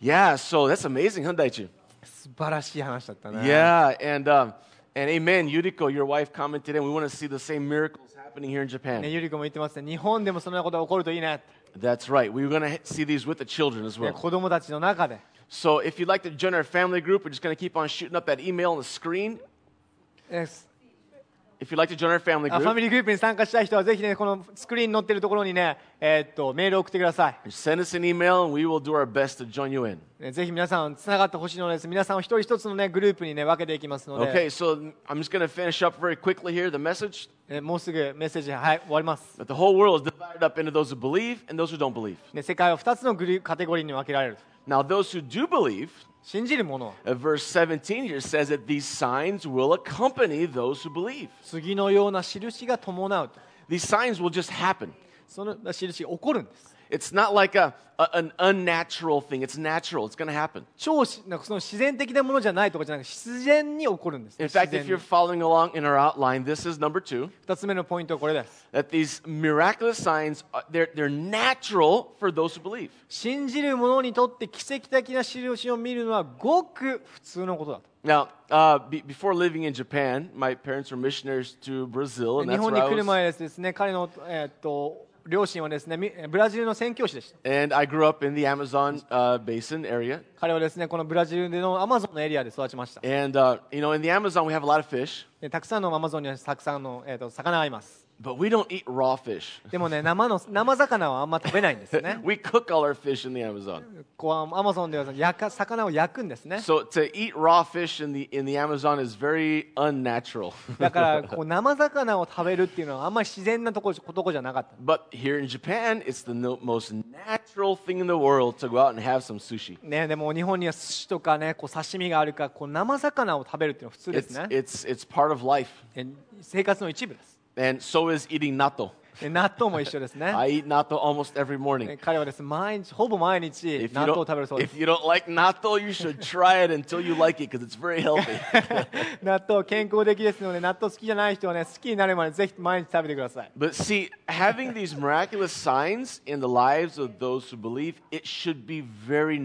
[SPEAKER 1] Yeah, so that's amazing, huh, Daichi?
[SPEAKER 2] 素晴らしい話だったね
[SPEAKER 1] Yeah, and um, and amen, Yuriko, your wife commented, and we want to see the same miracles happening here in
[SPEAKER 2] ね
[SPEAKER 1] Japan.
[SPEAKER 2] ゆり子も言ってますね日本でもそんなことが起こるといいね
[SPEAKER 1] That's right. We're going to see these with the children as
[SPEAKER 2] ね
[SPEAKER 1] well.
[SPEAKER 2] 子供たちの中で
[SPEAKER 1] So if you'd like to join our family group, we're just going to keep on shooting up that email on the screen.
[SPEAKER 2] え
[SPEAKER 1] If you'd like to join our family
[SPEAKER 2] あ
[SPEAKER 1] group,
[SPEAKER 2] ファミリーグループに参加したい人はぜひねこのスクリーンに載ってるところにねえーっとメールを送ってください
[SPEAKER 1] send us an email, and we will do our best to join you in.
[SPEAKER 2] ねぜひ皆さんつながってほしいのです皆さんを一人一つのねグループにね分けていきますので
[SPEAKER 1] Okay, so I'm just going to finish up very quickly here the message
[SPEAKER 2] えーもうすぐメッセージはい終わります、
[SPEAKER 1] that the whole world is divided up into those who believe and those who don't believe.
[SPEAKER 2] ね、世界は2つのグルーカテゴリーに分けられる
[SPEAKER 1] Now, those who do believe,
[SPEAKER 2] 信じる者は
[SPEAKER 1] uh, verse 17 here says that these signs will accompany those who believe.
[SPEAKER 2] 次のような印が伴うと
[SPEAKER 1] These signs will just happen.
[SPEAKER 2] その印が起こるんです
[SPEAKER 1] It's not like a, a an unnatural thing. It's natural. It's going to happen.
[SPEAKER 2] 超しなんかその自然的なものじゃないとかじゃなく自然に起こるんです、
[SPEAKER 1] In
[SPEAKER 2] ね、
[SPEAKER 1] fact,
[SPEAKER 2] 自
[SPEAKER 1] if
[SPEAKER 2] 然
[SPEAKER 1] you're
[SPEAKER 2] に
[SPEAKER 1] following along in our outline, this is number two.
[SPEAKER 2] 二つ目のポイントはこれです。
[SPEAKER 1] that these miraculous signs are, they're, they're natural for those who believe
[SPEAKER 2] 信じる者にとって奇跡的な印を見るのはごく普通のことだと。
[SPEAKER 1] now uh, be, before living in japan my parents were missionaries to brazil and
[SPEAKER 2] 日
[SPEAKER 1] that's
[SPEAKER 2] 本
[SPEAKER 1] where
[SPEAKER 2] に
[SPEAKER 1] I
[SPEAKER 2] 来る
[SPEAKER 1] was,
[SPEAKER 2] 前ですですね、彼の、えーっと両親はですね、みえーブラジルの宣教師でした。
[SPEAKER 1] and i grew up in the amazon uh, basin area
[SPEAKER 2] 彼はですね、このブラジルでのアマゾンのエリアで育ちました。
[SPEAKER 1] and uh, you know in the amazon we have a lot of fish
[SPEAKER 2] でたくさんのアマゾンにはたくさんの、えーっと魚がいます。
[SPEAKER 1] but we don't eat raw fish。
[SPEAKER 2] でもね、生の [LAUGHS] 生魚はあんま食べないんですよね
[SPEAKER 1] we cook all our fish in the amazon
[SPEAKER 2] こうアマゾンでは焼か魚を焼くんですね。
[SPEAKER 1] so to eat raw fish in the in the amazon is very unnatural [LAUGHS]
[SPEAKER 2] だからこう生魚を食べるっていうのはあんまり自然なとこことこじゃなかった。
[SPEAKER 1] but here in japan it's the no- most natural thing in the world to go out and have some sushi
[SPEAKER 2] ね、でも日本には寿司とかねこう刺身があるからこう生魚を食べるっていうのは普通です
[SPEAKER 1] it's,
[SPEAKER 2] ね
[SPEAKER 1] it's, it's part of life
[SPEAKER 2] え生活の一部です
[SPEAKER 1] and so is eating natto.
[SPEAKER 2] で納豆も一緒
[SPEAKER 1] [LAUGHS]
[SPEAKER 2] ですね
[SPEAKER 1] I eat natto almost every morning.
[SPEAKER 2] え彼はです毎日ほぼ毎日
[SPEAKER 1] If you,
[SPEAKER 2] 納豆を
[SPEAKER 1] don't,
[SPEAKER 2] 食べるそうで
[SPEAKER 1] if
[SPEAKER 2] す
[SPEAKER 1] you don't like natto, you should try it until you like it because it's very healthy.
[SPEAKER 2] [LAUGHS] 納豆健康的ですので納豆好きじゃない人はね好きになるまでぜひ毎日食べてください
[SPEAKER 1] but see, having these miraculous signs in the lives of those who believe, it should be very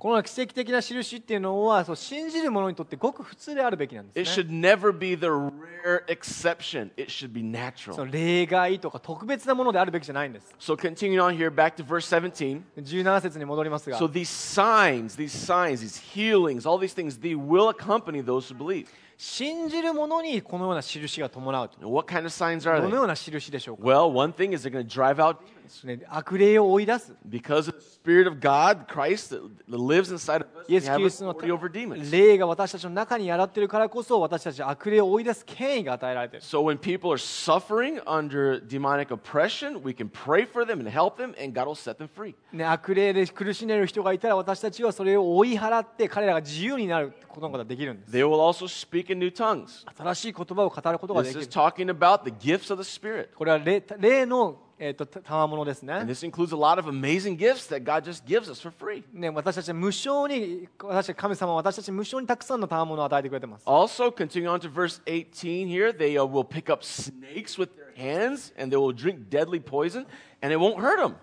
[SPEAKER 2] こ
[SPEAKER 1] natural.
[SPEAKER 2] の奇跡的な印っていうのはそう信じる者にとってごく普通であるべきなんで
[SPEAKER 1] It
[SPEAKER 2] すね
[SPEAKER 1] should never be the rare exception. It should be
[SPEAKER 2] そ
[SPEAKER 1] natural.
[SPEAKER 2] の例外とか特別なものであるべきじゃないんです。
[SPEAKER 1] So continuing on here, back to verse 17.
[SPEAKER 2] 17節に戻りますが
[SPEAKER 1] So、these signs, these signs, these healings, all these things, they will accompany those who believe.
[SPEAKER 2] 信じる者にこのような印が伴うと。
[SPEAKER 1] And what kind of signs are
[SPEAKER 2] どのよ
[SPEAKER 1] they?
[SPEAKER 2] うな印でしょうか
[SPEAKER 1] Well, one thing is they're going to drive out demons.
[SPEAKER 2] ね悪霊を追い出す。
[SPEAKER 1] Because of the Spirit of God, Christ that that lives inside of us,
[SPEAKER 2] イエ
[SPEAKER 1] we
[SPEAKER 2] ス・キ
[SPEAKER 1] have
[SPEAKER 2] リストの
[SPEAKER 1] authority over demons.
[SPEAKER 2] 霊が私たちの中にやらってるからこそ私たちは悪霊を追い出す権威が与えられている。
[SPEAKER 1] So when people are suffering under demonic oppression, we can pray for them and help them, and God will set them free.
[SPEAKER 2] ね、悪霊で苦しんでいる人がいたら私たちはそれを追い払って彼らが自由になることができるんです。
[SPEAKER 1] They will also speak in new tongues.
[SPEAKER 2] 新しい言葉を語ることがで
[SPEAKER 1] This
[SPEAKER 2] き
[SPEAKER 1] is
[SPEAKER 2] る。
[SPEAKER 1] talking about the gifts of the Spirit.
[SPEAKER 2] これは霊霊の、えー、とた賜物です
[SPEAKER 1] And
[SPEAKER 2] ね
[SPEAKER 1] this includes a lot of amazing gifts that God just gives us for free.
[SPEAKER 2] ね。私たちは無償に、私たち神様は私たちに無償にたくさんの賜物を与えてくれてます。
[SPEAKER 1] Also, continuing on to verse 18 here, they uh, will pick up snakes with their hands and they will drink deadly poison and it won't hurt them.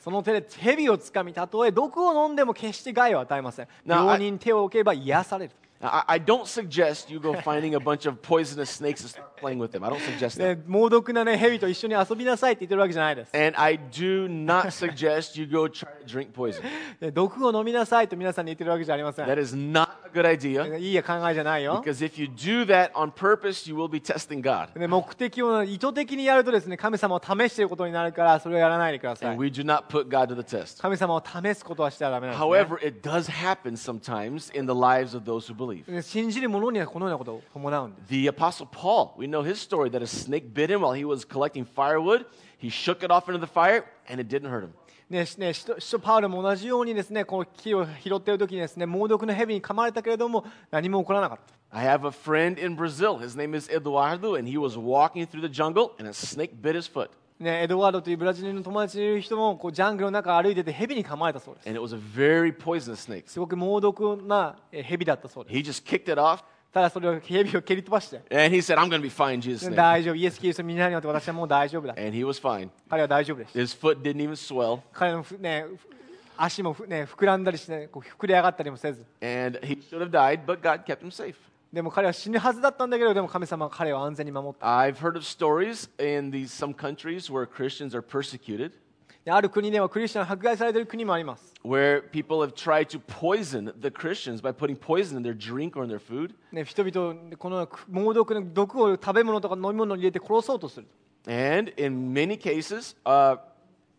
[SPEAKER 2] その手で蛇をつかみ、たとえ毒を飲んでも決して害を与えません。
[SPEAKER 1] Now, I-
[SPEAKER 2] 病人に手を置けば癒される。
[SPEAKER 1] Now, I, I don't suggest you go finding a bunch of poisonous snakes and start playing with them. I don't suggest
[SPEAKER 2] [LAUGHS]
[SPEAKER 1] that.
[SPEAKER 2] ね、猛毒なね、蛇と一緒に遊びなさいって言ってるわけじゃないです。
[SPEAKER 1] And I do not suggest you go try to drink poison.
[SPEAKER 2] ね毒を飲みなさいと皆さんに言ってるわけじゃありません。
[SPEAKER 1] That is not a good idea
[SPEAKER 2] ねいいや考えじゃないよ。
[SPEAKER 1] because if you do that on purpose, you will be testing God.
[SPEAKER 2] ね目的を意図的にやるとですね、神様を試していることになるから、それをやらないでくださ
[SPEAKER 1] And
[SPEAKER 2] い。
[SPEAKER 1] we do not put God to the test.
[SPEAKER 2] 神様を試すことはしてはダメなんです、ね。
[SPEAKER 1] However, it does happen sometimes in the lives of those who believe.
[SPEAKER 2] ね信じる者にはこのようなことを伴うんです。
[SPEAKER 1] The Apostle Paul, we know his story that a snake bit him while he was collecting firewood. He shook it off into the fire and it didn't hurt him.
[SPEAKER 2] ね、しね、使徒使徒パウロも同じようにですね、この木を拾っている時にですね、猛毒の蛇に噛まれたけれども、何も起こらなかった。
[SPEAKER 1] I have a friend in Brazil. His name is Eduardo, and he was walking through the jungle and a snake bit his foot.
[SPEAKER 2] ね、エドワードというブラジルの友達にいる人もこうジャングルの中歩いてて蛇に噛まれたそうです。
[SPEAKER 1] And it was a very poisonous snake.
[SPEAKER 2] すごく猛毒なえ蛇だったそうです。
[SPEAKER 1] He just kicked it off
[SPEAKER 2] ただそれを蛇を蹴り飛ばして、
[SPEAKER 1] and he said, I'm going to be fine, Jesus' name.
[SPEAKER 2] 大丈夫、イエス・キリストの皆によって私はもう大丈夫だ。
[SPEAKER 1] And he was fine.
[SPEAKER 2] 彼は大丈夫でした。
[SPEAKER 1] His foot didn't even swell.
[SPEAKER 2] 彼のふ、ね、ふ足もふ、ね、膨らんだりして、こう膨れ上がったりもせず。
[SPEAKER 1] And he should have died, but God kept him safe.
[SPEAKER 2] でも彼は死ぬはずだったんだけど、でも神様は彼を安全に守った。
[SPEAKER 1] I've heard of stories in these some countries where Christians are persecuted.
[SPEAKER 2] である国ではクリスチャン迫害されている国もあります。
[SPEAKER 1] where people have tried to poison the Christians by putting poison in their drink or in their food.
[SPEAKER 2] ね、人々、この猛毒の毒を食べ物とか飲み物に入れて殺そうとする。
[SPEAKER 1] And in many cases, uh,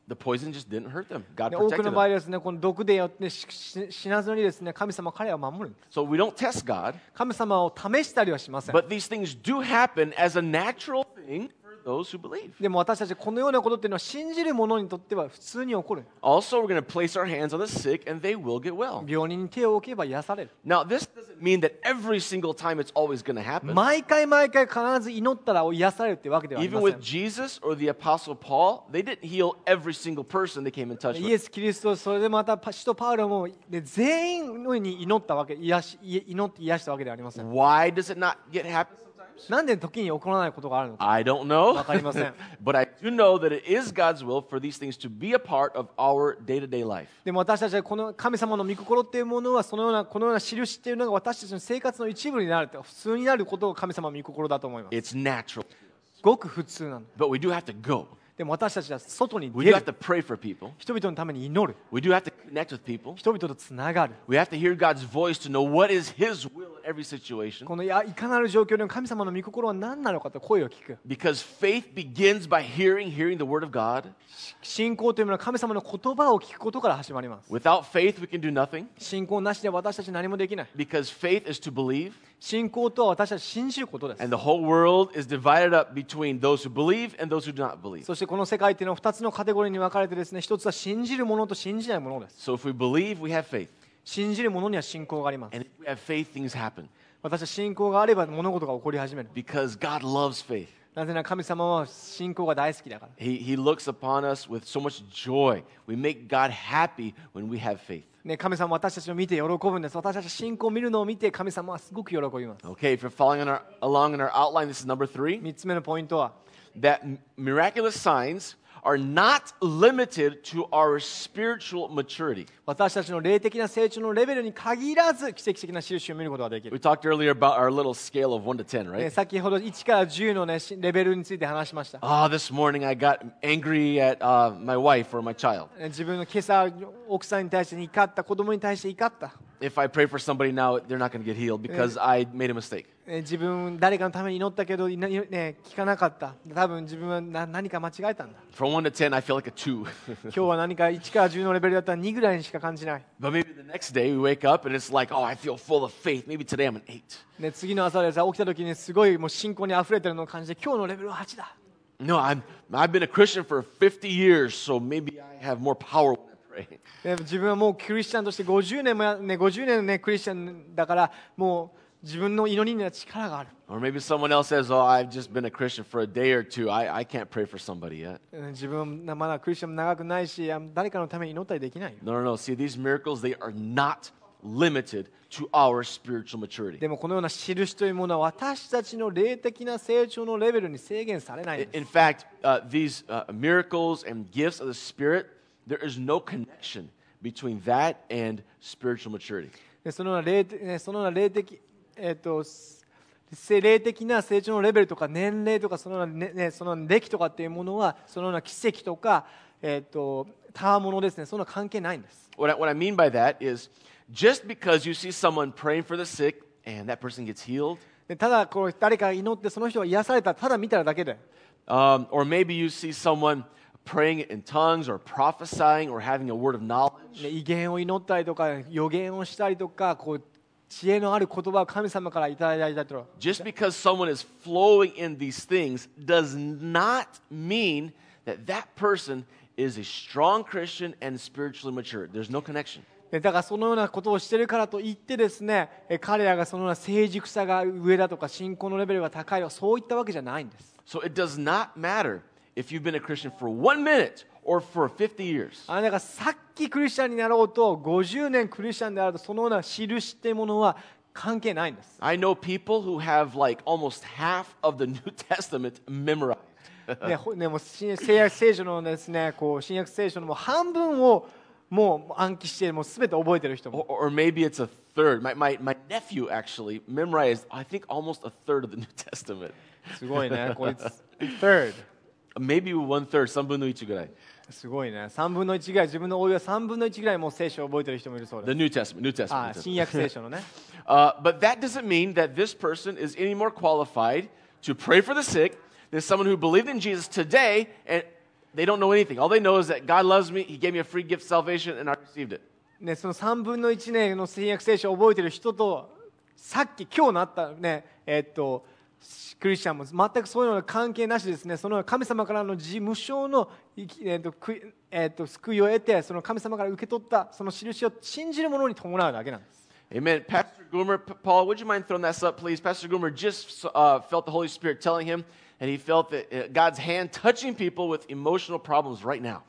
[SPEAKER 1] the poison just didn't hurt them. God
[SPEAKER 2] で多く
[SPEAKER 1] protected
[SPEAKER 2] の場合
[SPEAKER 1] them.
[SPEAKER 2] ですね、この毒でよってしし死なずにですね、神様は彼を守るんです。
[SPEAKER 1] So we don't test God,
[SPEAKER 2] 神様を試したりはしません。
[SPEAKER 1] but these things do happen as a natural thing for those who believe.
[SPEAKER 2] でも私たちこのようなことっていうのは信じる者にとっては普通に起こる。
[SPEAKER 1] Also, we're going to place our hands on the sick and they will get well.
[SPEAKER 2] 病人に手を置けば癒される。
[SPEAKER 1] Now, this doesn't mean that every single time it's always going to happen.
[SPEAKER 2] 毎回毎回必ず祈ったら癒されるってわけではあり
[SPEAKER 1] Even
[SPEAKER 2] ませ
[SPEAKER 1] with。
[SPEAKER 2] ん
[SPEAKER 1] Jesus or the Apostle Paul, they didn't heal every single person they came in touch
[SPEAKER 2] イ
[SPEAKER 1] with.
[SPEAKER 2] エス・キリスト、それでまたパ使徒パウロも、で全員のように祈ったわけ癒し、い祈って癒したわけではありません。
[SPEAKER 1] Why does it not get happen?
[SPEAKER 2] なんで時に起こらないことがあるのか。
[SPEAKER 1] I don't know.
[SPEAKER 2] わかりません。
[SPEAKER 1] [LAUGHS] but I do know that it is God's will for these things to be a part of our day to day life.
[SPEAKER 2] でも私たちはこの神様の御心っていうものはそのようなこのような印っていうのが私たちの生活の一部になるって普通になることが神様の御心だと思います。
[SPEAKER 1] It's natural.
[SPEAKER 2] ごく普通なの。
[SPEAKER 1] But we do have to go.
[SPEAKER 2] でも私たちは外に
[SPEAKER 1] We
[SPEAKER 2] 出
[SPEAKER 1] do have to
[SPEAKER 2] る。
[SPEAKER 1] pray for people.
[SPEAKER 2] 人々のために祈る。
[SPEAKER 1] We do have to connect with people.
[SPEAKER 2] 人々とつながる。
[SPEAKER 1] We have to hear God's voice to know what is His will in every situation.
[SPEAKER 2] このいやいかなる状況でも神様の御心は何なのかと声を聞く。
[SPEAKER 1] Because faith begins by hearing, hearing the Word of God.
[SPEAKER 2] 信仰というものは神様の言葉を聞くことから始まります。
[SPEAKER 1] Without faith, we can do nothing.
[SPEAKER 2] 信仰なしで私たち何もできない。
[SPEAKER 1] Because faith is to believe.
[SPEAKER 2] 信仰とは私たち信じることです
[SPEAKER 1] And。the whole world is divided up between those who believe and those who do not believe.
[SPEAKER 2] そしてこの世界っていうのは2つのカテゴリーに分かれてですね、1つは信じるものと信じないものです。
[SPEAKER 1] So if we believe, we have faith.
[SPEAKER 2] 信じるものには信仰があります。
[SPEAKER 1] And if we have faith, things happen.
[SPEAKER 2] 私は信仰があれば物事が起こり始める。
[SPEAKER 1] because God loves faith.
[SPEAKER 2] なぜなら神様は信仰が大好きだから。
[SPEAKER 1] He, he looks upon us with so much joy. We make God happy when we have faith.
[SPEAKER 2] ね、神様は私たちを見て喜ぶんです。私たちは信仰を見るのを見て神様はすごく喜びます。
[SPEAKER 1] Okay, if you're following on our, along in our outline, this is number three
[SPEAKER 2] 3つ目のポイントは、
[SPEAKER 1] that m- miraculous signs are not limited to our spiritual maturity.
[SPEAKER 2] 私たちの霊的な成長のレベルに限らず奇跡的な印を見ることができ
[SPEAKER 1] We
[SPEAKER 2] る、
[SPEAKER 1] talked earlier about our little scale of 1 to 10, right?
[SPEAKER 2] ね先ほど1から10の、ね、しレベルについて話しました、
[SPEAKER 1] Ah, this morning I got angry at uh, my wife or my child.
[SPEAKER 2] ね自分の今朝奥さんに対して怒った子供に対して怒った、
[SPEAKER 1] If I pray for somebody now, they're not going to get healed because I made a mistake.
[SPEAKER 2] ね自分誰かのために祈ったけど、いなね、聞かなかった多分自分はな何か間違えたんだ
[SPEAKER 1] From 1 to 10, I feel like a 2.
[SPEAKER 2] 今日は何か1から10のレベルだったら2ぐらいにしか感じない、
[SPEAKER 1] but maybe the next day we wake up and it's like, oh, I feel full of faith. Maybe today I'm an 8.
[SPEAKER 2] ね、次の朝でさ起きた時にすごいもう信仰に溢れてるのを感じて今日のレベルは8だ
[SPEAKER 1] No, I'm, I've been a Christian for 50 years, so maybe I have more power when I pray.
[SPEAKER 2] で自分はもうクリスチャンとして50年もや、ね、50年の、ね、クリスチャンだからもう自分の祈りには力がある
[SPEAKER 1] Or maybe someone else says, oh, I've just been a Christian for a day or two. I, I can't pray for somebody yet.
[SPEAKER 2] うん自分はまだクリスチャンも長くないしあの誰かのために祈ったりできないよ
[SPEAKER 1] No, no, no. See, these miracles, they are not limited to our spiritual maturity.
[SPEAKER 2] でもこのような印というものは私たちの霊的な成長のレベルに制限されないん
[SPEAKER 1] In-
[SPEAKER 2] です
[SPEAKER 1] In fact, uh, these uh, miracles and gifts of the Spirit, there is no connection between that and spiritual maturity.
[SPEAKER 2] でそのような霊的ねそのような霊的、えー、とす霊的な成長のレベルとか年齢とかそのような、ねね、そのような歴とかっていうものはそのような奇跡とか、えー、とたわものですねそんな関係ないんです。
[SPEAKER 1] What I, what I mean by that is just because you see someone praying for the sick and that person gets healed,
[SPEAKER 2] でただこう誰かが祈ってその人が癒されたただ見たらだけで
[SPEAKER 1] um, or maybe you see someone praying in tongues or prophesying or having a word of knowledge,
[SPEAKER 2] ね威厳を祈ったりとか予言をしたりとかこう知恵のある言葉を神様からいただいたりと
[SPEAKER 1] just because someone is flowing in these things does not mean that that person is a strong Christian and spiritually mature. There's no connection.
[SPEAKER 2] でだからそのようなことをしてるからといってですねえ彼らがそのような成熟さが上だとか信仰のレベルが高いはそういったわけじゃないんです
[SPEAKER 1] So it does not matter if you've been a Christian for one minute or for 50 years.
[SPEAKER 2] あなたがさっきクリスチャンになろうと50年クリスチャンであるとそのような印っていうものは [LAUGHS] 関係ないんです
[SPEAKER 1] I know people who have like almost half of the [LAUGHS] New Testament memorized.
[SPEAKER 2] ね、ほねもう新聖約聖書のですねこう新約聖書のもう半分をもう暗記してもう全て覚えてる人
[SPEAKER 1] Or,
[SPEAKER 2] も
[SPEAKER 1] or maybe it's a third. My, my, my nephew actually memorized, I think, almost a third of the [LAUGHS] New Testament.
[SPEAKER 2] すごい [LAUGHS] ねこいつ third
[SPEAKER 1] Maybe one third. 3分の1ぐらい.
[SPEAKER 2] すごいね3分の1ぐらい自分の老いは3分の1ぐらいもう聖書を覚えてる人もいるそうで
[SPEAKER 1] The
[SPEAKER 2] す
[SPEAKER 1] New Testament. New Testament.
[SPEAKER 2] あ
[SPEAKER 1] New
[SPEAKER 2] 新
[SPEAKER 1] Testament.
[SPEAKER 2] 約聖書のね
[SPEAKER 1] Uh, but that doesn't mean that this person is any more qualified to pray for the sick than someone who believed in Jesus today and they don't know anything. All they know is that God loves me, He gave me a free gift of salvation, and I received it.
[SPEAKER 2] ねその3分の1年の新約聖書を覚えてる人とさっき今日なったねえっとクリスチャンも全くそういうの関係なしですねその神様からの自無償の、いきえっとくいえっと救いを得てその神様から受け取ったその印を信じる者に伴うだけなんです
[SPEAKER 1] Amen. Pastor Goomer, P- Paul, would you mind throwing that up, please? Pastor Goomer just uh, felt the Holy Spirit telling him, and he felt that uh, God's hand touching people with emotional problems right now.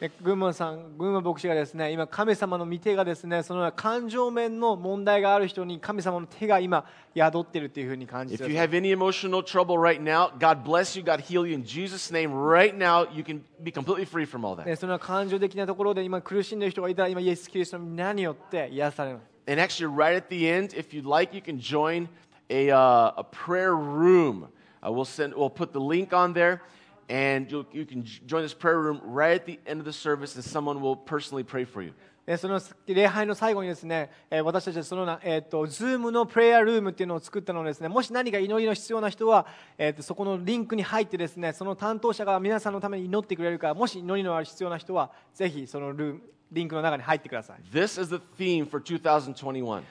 [SPEAKER 2] で群馬さん群馬牧師がですね今神様の御手がですねそのような感情面の問題がある人に神様の手が今宿ってるっていうふうに感じ
[SPEAKER 1] If
[SPEAKER 2] てる
[SPEAKER 1] you have any emotional trouble right now, God bless you, God heal you in Jesus' name. Right now, you can be completely free from all that.
[SPEAKER 2] ねそのような感情的なところで今苦しんでる人がいたら今イエス・キリストの皆によって癒されます
[SPEAKER 1] And actually, right at the end, if you'd like, you can join a, uh, a prayer room. Uh, we'll, send, we'll put the link on there, and you'll, you can j- join this prayer room right at the end of the service, and someone will personally pray for you.
[SPEAKER 2] でその礼拝の最後にですね、えー私たちはそのような、えー、と Zoom のプレイヤールームっていうのを作ったのをですねもし何か祈りの必要な人は、えー、とそこのリンクに入ってですねその担当者が皆さんのために祈ってくれるからもし祈りの必要な人はぜひそのルームリンクの中に入ってください
[SPEAKER 1] This is the theme for 2021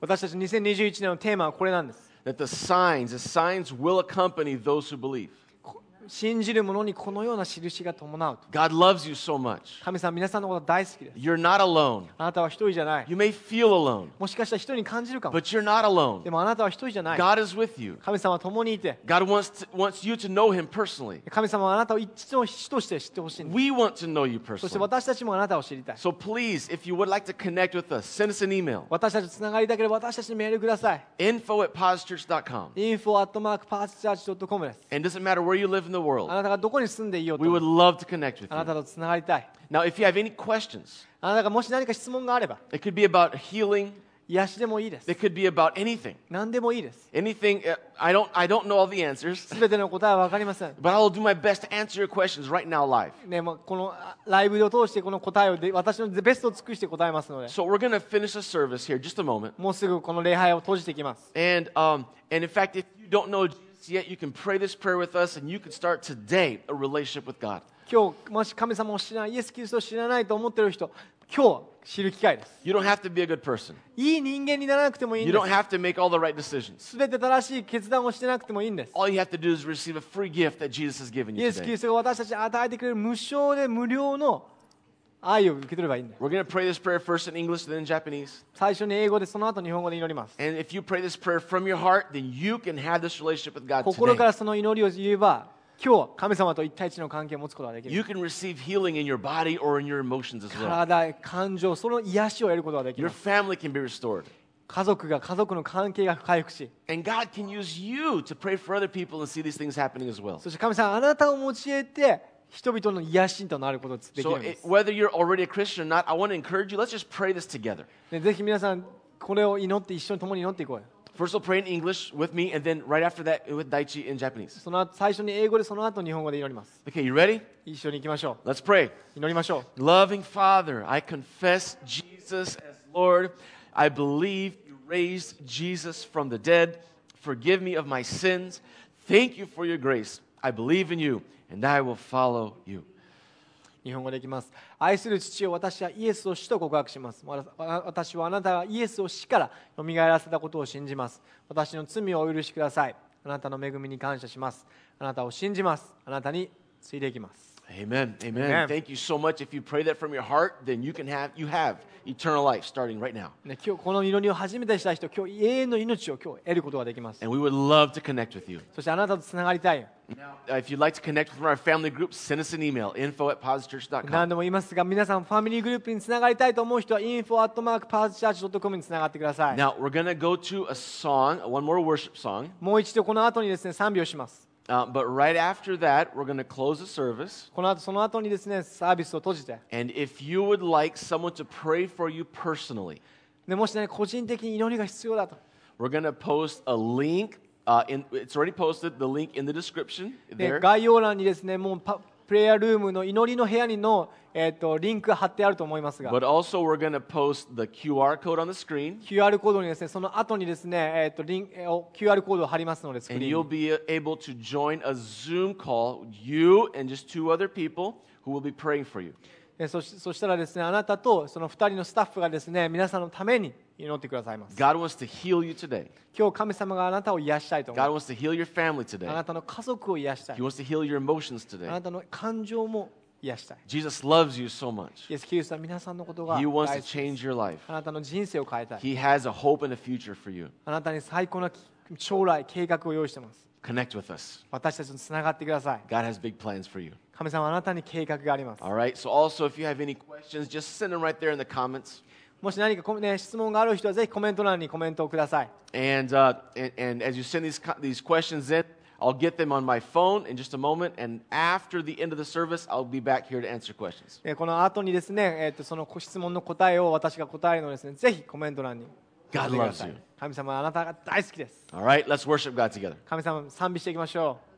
[SPEAKER 2] 私たち2021年のテーマはこれなんです
[SPEAKER 1] that the signs, the signs will accompany those who believe.
[SPEAKER 2] こ信じる者にこのような印が伴うと
[SPEAKER 1] God loves you so much.
[SPEAKER 2] 神様皆さんのこと大好きです
[SPEAKER 1] You're not alone.
[SPEAKER 2] あなたは一人じゃない
[SPEAKER 1] You may feel alone,
[SPEAKER 2] もしかしたら一人に感じるかも
[SPEAKER 1] but you're not alone.
[SPEAKER 2] でもあなたは一人じゃない
[SPEAKER 1] God is with you.
[SPEAKER 2] 神様は共にいて
[SPEAKER 1] God wants, to, wants you to know Him personally.
[SPEAKER 2] 神様はあなたを一の主として知ってほしいんです
[SPEAKER 1] We want to know you
[SPEAKER 2] そして
[SPEAKER 1] personally.
[SPEAKER 2] 私たちもあなたを知りたい。
[SPEAKER 1] So please, if you would like to connect with us, send us an email.
[SPEAKER 2] 私たちとつながりたければ私たちにメールください。
[SPEAKER 1] Info at pauseTurch.com.
[SPEAKER 2] info.partschurch.com です。
[SPEAKER 1] And it doesn't matter where you live in the the world.
[SPEAKER 2] あなたがどこに住んでいよう
[SPEAKER 1] We would
[SPEAKER 2] と
[SPEAKER 1] love to connect with
[SPEAKER 2] あな
[SPEAKER 1] you.
[SPEAKER 2] たとつながりたい
[SPEAKER 1] Now, if you have any questions,
[SPEAKER 2] あなたがもし何か質問があれば
[SPEAKER 1] it could be about healing,
[SPEAKER 2] 癒しでもいいです
[SPEAKER 1] it could be about anything.
[SPEAKER 2] 何でもいいです
[SPEAKER 1] Anything, uh, I don't, I don't know all the answers,
[SPEAKER 2] 全ての答えは分かりません
[SPEAKER 1] but I will do my best to answer your questions right now live.
[SPEAKER 2] ねまあ、このあライブを通してこの答えをで私のベストを尽くして答えますので
[SPEAKER 1] So we're going to finish the service here just a moment.
[SPEAKER 2] もうすぐこの礼拝を閉じていきます
[SPEAKER 1] And, um, and in fact, if you don't know Jesus yet, you can pray this prayer with us and you can start today a relationship with God.
[SPEAKER 2] 今日もし神様を知らないイエス・キリストを知らないと思っている人今日知る機会です
[SPEAKER 1] You don't have to be a good person.
[SPEAKER 2] いい人間にならなくてもいいん
[SPEAKER 1] You
[SPEAKER 2] で
[SPEAKER 1] don't have to make all the right decisions.
[SPEAKER 2] す全て正しい決断をしてなくてもいいんです
[SPEAKER 1] All you have to do is receive a free gift that Jesus has given
[SPEAKER 2] イ
[SPEAKER 1] you
[SPEAKER 2] エス・キリ
[SPEAKER 1] today.
[SPEAKER 2] ストが私たちに与えてくれる無償で無料の愛を受け取ればいいんだよ
[SPEAKER 1] We're going to pray this prayer first in English, then in Japanese.
[SPEAKER 2] 最初に英語でその後日本語で祈ります
[SPEAKER 1] And if you pray this prayer from your heart, then you can have this relationship with God
[SPEAKER 2] 心から
[SPEAKER 1] today.
[SPEAKER 2] その祈りを言えば今日神様と一対一の関係を持つことができる
[SPEAKER 1] You can receive healing in your body or in your emotions as well.
[SPEAKER 2] 体感情その癒しを得ることができ
[SPEAKER 1] Your
[SPEAKER 2] る
[SPEAKER 1] family can be restored.
[SPEAKER 2] 家族が家族の関係が回復し
[SPEAKER 1] And God can use you to pray for other people and see these things happening as well.
[SPEAKER 2] そして神様あなたを用いて人々の癒しとなることができ
[SPEAKER 1] So,
[SPEAKER 2] るんで
[SPEAKER 1] it,
[SPEAKER 2] す、
[SPEAKER 1] whether you're already a Christian or not, I want to encourage you. Let's just pray this together.
[SPEAKER 2] ね、ぜひ皆さんこれを祈って一緒に共に祈っていこうよ
[SPEAKER 1] First, we'll pray in English with me, and then right after that with Daichi in Japanese.
[SPEAKER 2] その後最初に英語でその後日本語で祈ります
[SPEAKER 1] Okay, you ready?
[SPEAKER 2] 一緒に行きましょ
[SPEAKER 1] Let's pray.
[SPEAKER 2] う祈りましょう
[SPEAKER 1] Loving Father, I confess Jesus as Lord. I believe you raised Jesus from the dead. Forgive me of my sins. Thank you for your grace. I believe in you, and I will follow you.
[SPEAKER 2] 日本語でいきます愛する父を私はイエスを主と告白しますわた私はあなたがイエスを死からよみがえらせたことを信じます私の罪をお許しくださいあなたの恵みに感謝しますあなたを信じますあなたについていきます
[SPEAKER 1] Amen. Amen.
[SPEAKER 2] Amen.
[SPEAKER 1] Thank you so much. If you pray that from your heart, then you can have you have eternal life starting right now.
[SPEAKER 2] ね、今日この祈りを初めてした人今日永遠の命を今日得ることができます
[SPEAKER 1] And we would love to connect with you.
[SPEAKER 2] そしてあなたとつながりたい
[SPEAKER 1] Now, uh, if you'd like to connect with our family group, send us an email, info at positchurch.com.
[SPEAKER 2] 何度も言いますが皆さんファミリーグループにつながりたいと思う人は info.parschurch.com につながってください
[SPEAKER 1] Now, we're going to go to a song, one more worship song.
[SPEAKER 2] もう一度この後にですね賛美をします
[SPEAKER 1] Uh, but right after that, we're going to close the service.
[SPEAKER 2] この後その後にですねサービスを閉じて
[SPEAKER 1] And if you would like someone to pray for you personally,
[SPEAKER 2] でもしね個人的に祈りが必要だと
[SPEAKER 1] we're going to post a link. Uh, in, it's already posted, the link in the description
[SPEAKER 2] で
[SPEAKER 1] there.
[SPEAKER 2] 概要欄にですねもうパプレイヤールームの祈りの部屋にの、えー、とリンクが貼ってあると思いますが
[SPEAKER 1] But also, we're going to post the QR code on the screen.
[SPEAKER 2] QR コードにですねその後にですね、えー、とリンえーお QR コードを貼りますのでスク
[SPEAKER 1] And
[SPEAKER 2] リーン
[SPEAKER 1] you'll
[SPEAKER 2] に
[SPEAKER 1] be uh, able to join a Zoom call, you and just two other people who will be praying for you.
[SPEAKER 2] えーそしそしたらですねあなたとその2人のスタッフがですね皆さんのために祈ってくださいます
[SPEAKER 1] God wants to heal you today.
[SPEAKER 2] 今日神様があなたを癒したいと思
[SPEAKER 1] God
[SPEAKER 2] う
[SPEAKER 1] wants to heal your family
[SPEAKER 2] あ
[SPEAKER 1] today.
[SPEAKER 2] なたの家族を癒したい
[SPEAKER 1] He wants to heal your emotions
[SPEAKER 2] あ
[SPEAKER 1] today.
[SPEAKER 2] なたの感情も癒したい
[SPEAKER 1] Jesus loves you so much.
[SPEAKER 2] イエス・キリストは皆さんのことが
[SPEAKER 1] He
[SPEAKER 2] 大
[SPEAKER 1] wants to
[SPEAKER 2] 好き
[SPEAKER 1] change your life.
[SPEAKER 2] あなたの人生を変えたい
[SPEAKER 1] He has a hope and a future for you.
[SPEAKER 2] あなたに最高な将来計画を用意してます
[SPEAKER 1] Connect with us.
[SPEAKER 2] 私たちとつながってください
[SPEAKER 1] God has big plans for you.
[SPEAKER 2] 神様あなたに計画があります、
[SPEAKER 1] All right. So also, if you have any questions, just send them right there in the comments.
[SPEAKER 2] もし何かコメ、ね、質問がある人はぜひコメント欄にコメントをください
[SPEAKER 1] And uh, and, and as you send these co- these questions in, I'll get them on my phone in just a moment. And after the end of the service, I'll be back here to answer questions.
[SPEAKER 2] えーこの後にですね、えー、とその質問の答えを私が答えるのですねぜひコメント欄に
[SPEAKER 1] God
[SPEAKER 2] 入れてくださ
[SPEAKER 1] loves
[SPEAKER 2] い
[SPEAKER 1] you.
[SPEAKER 2] 神様あなたが大好きです
[SPEAKER 1] All right. Let's worship God together.
[SPEAKER 2] 神様賛美していきましょう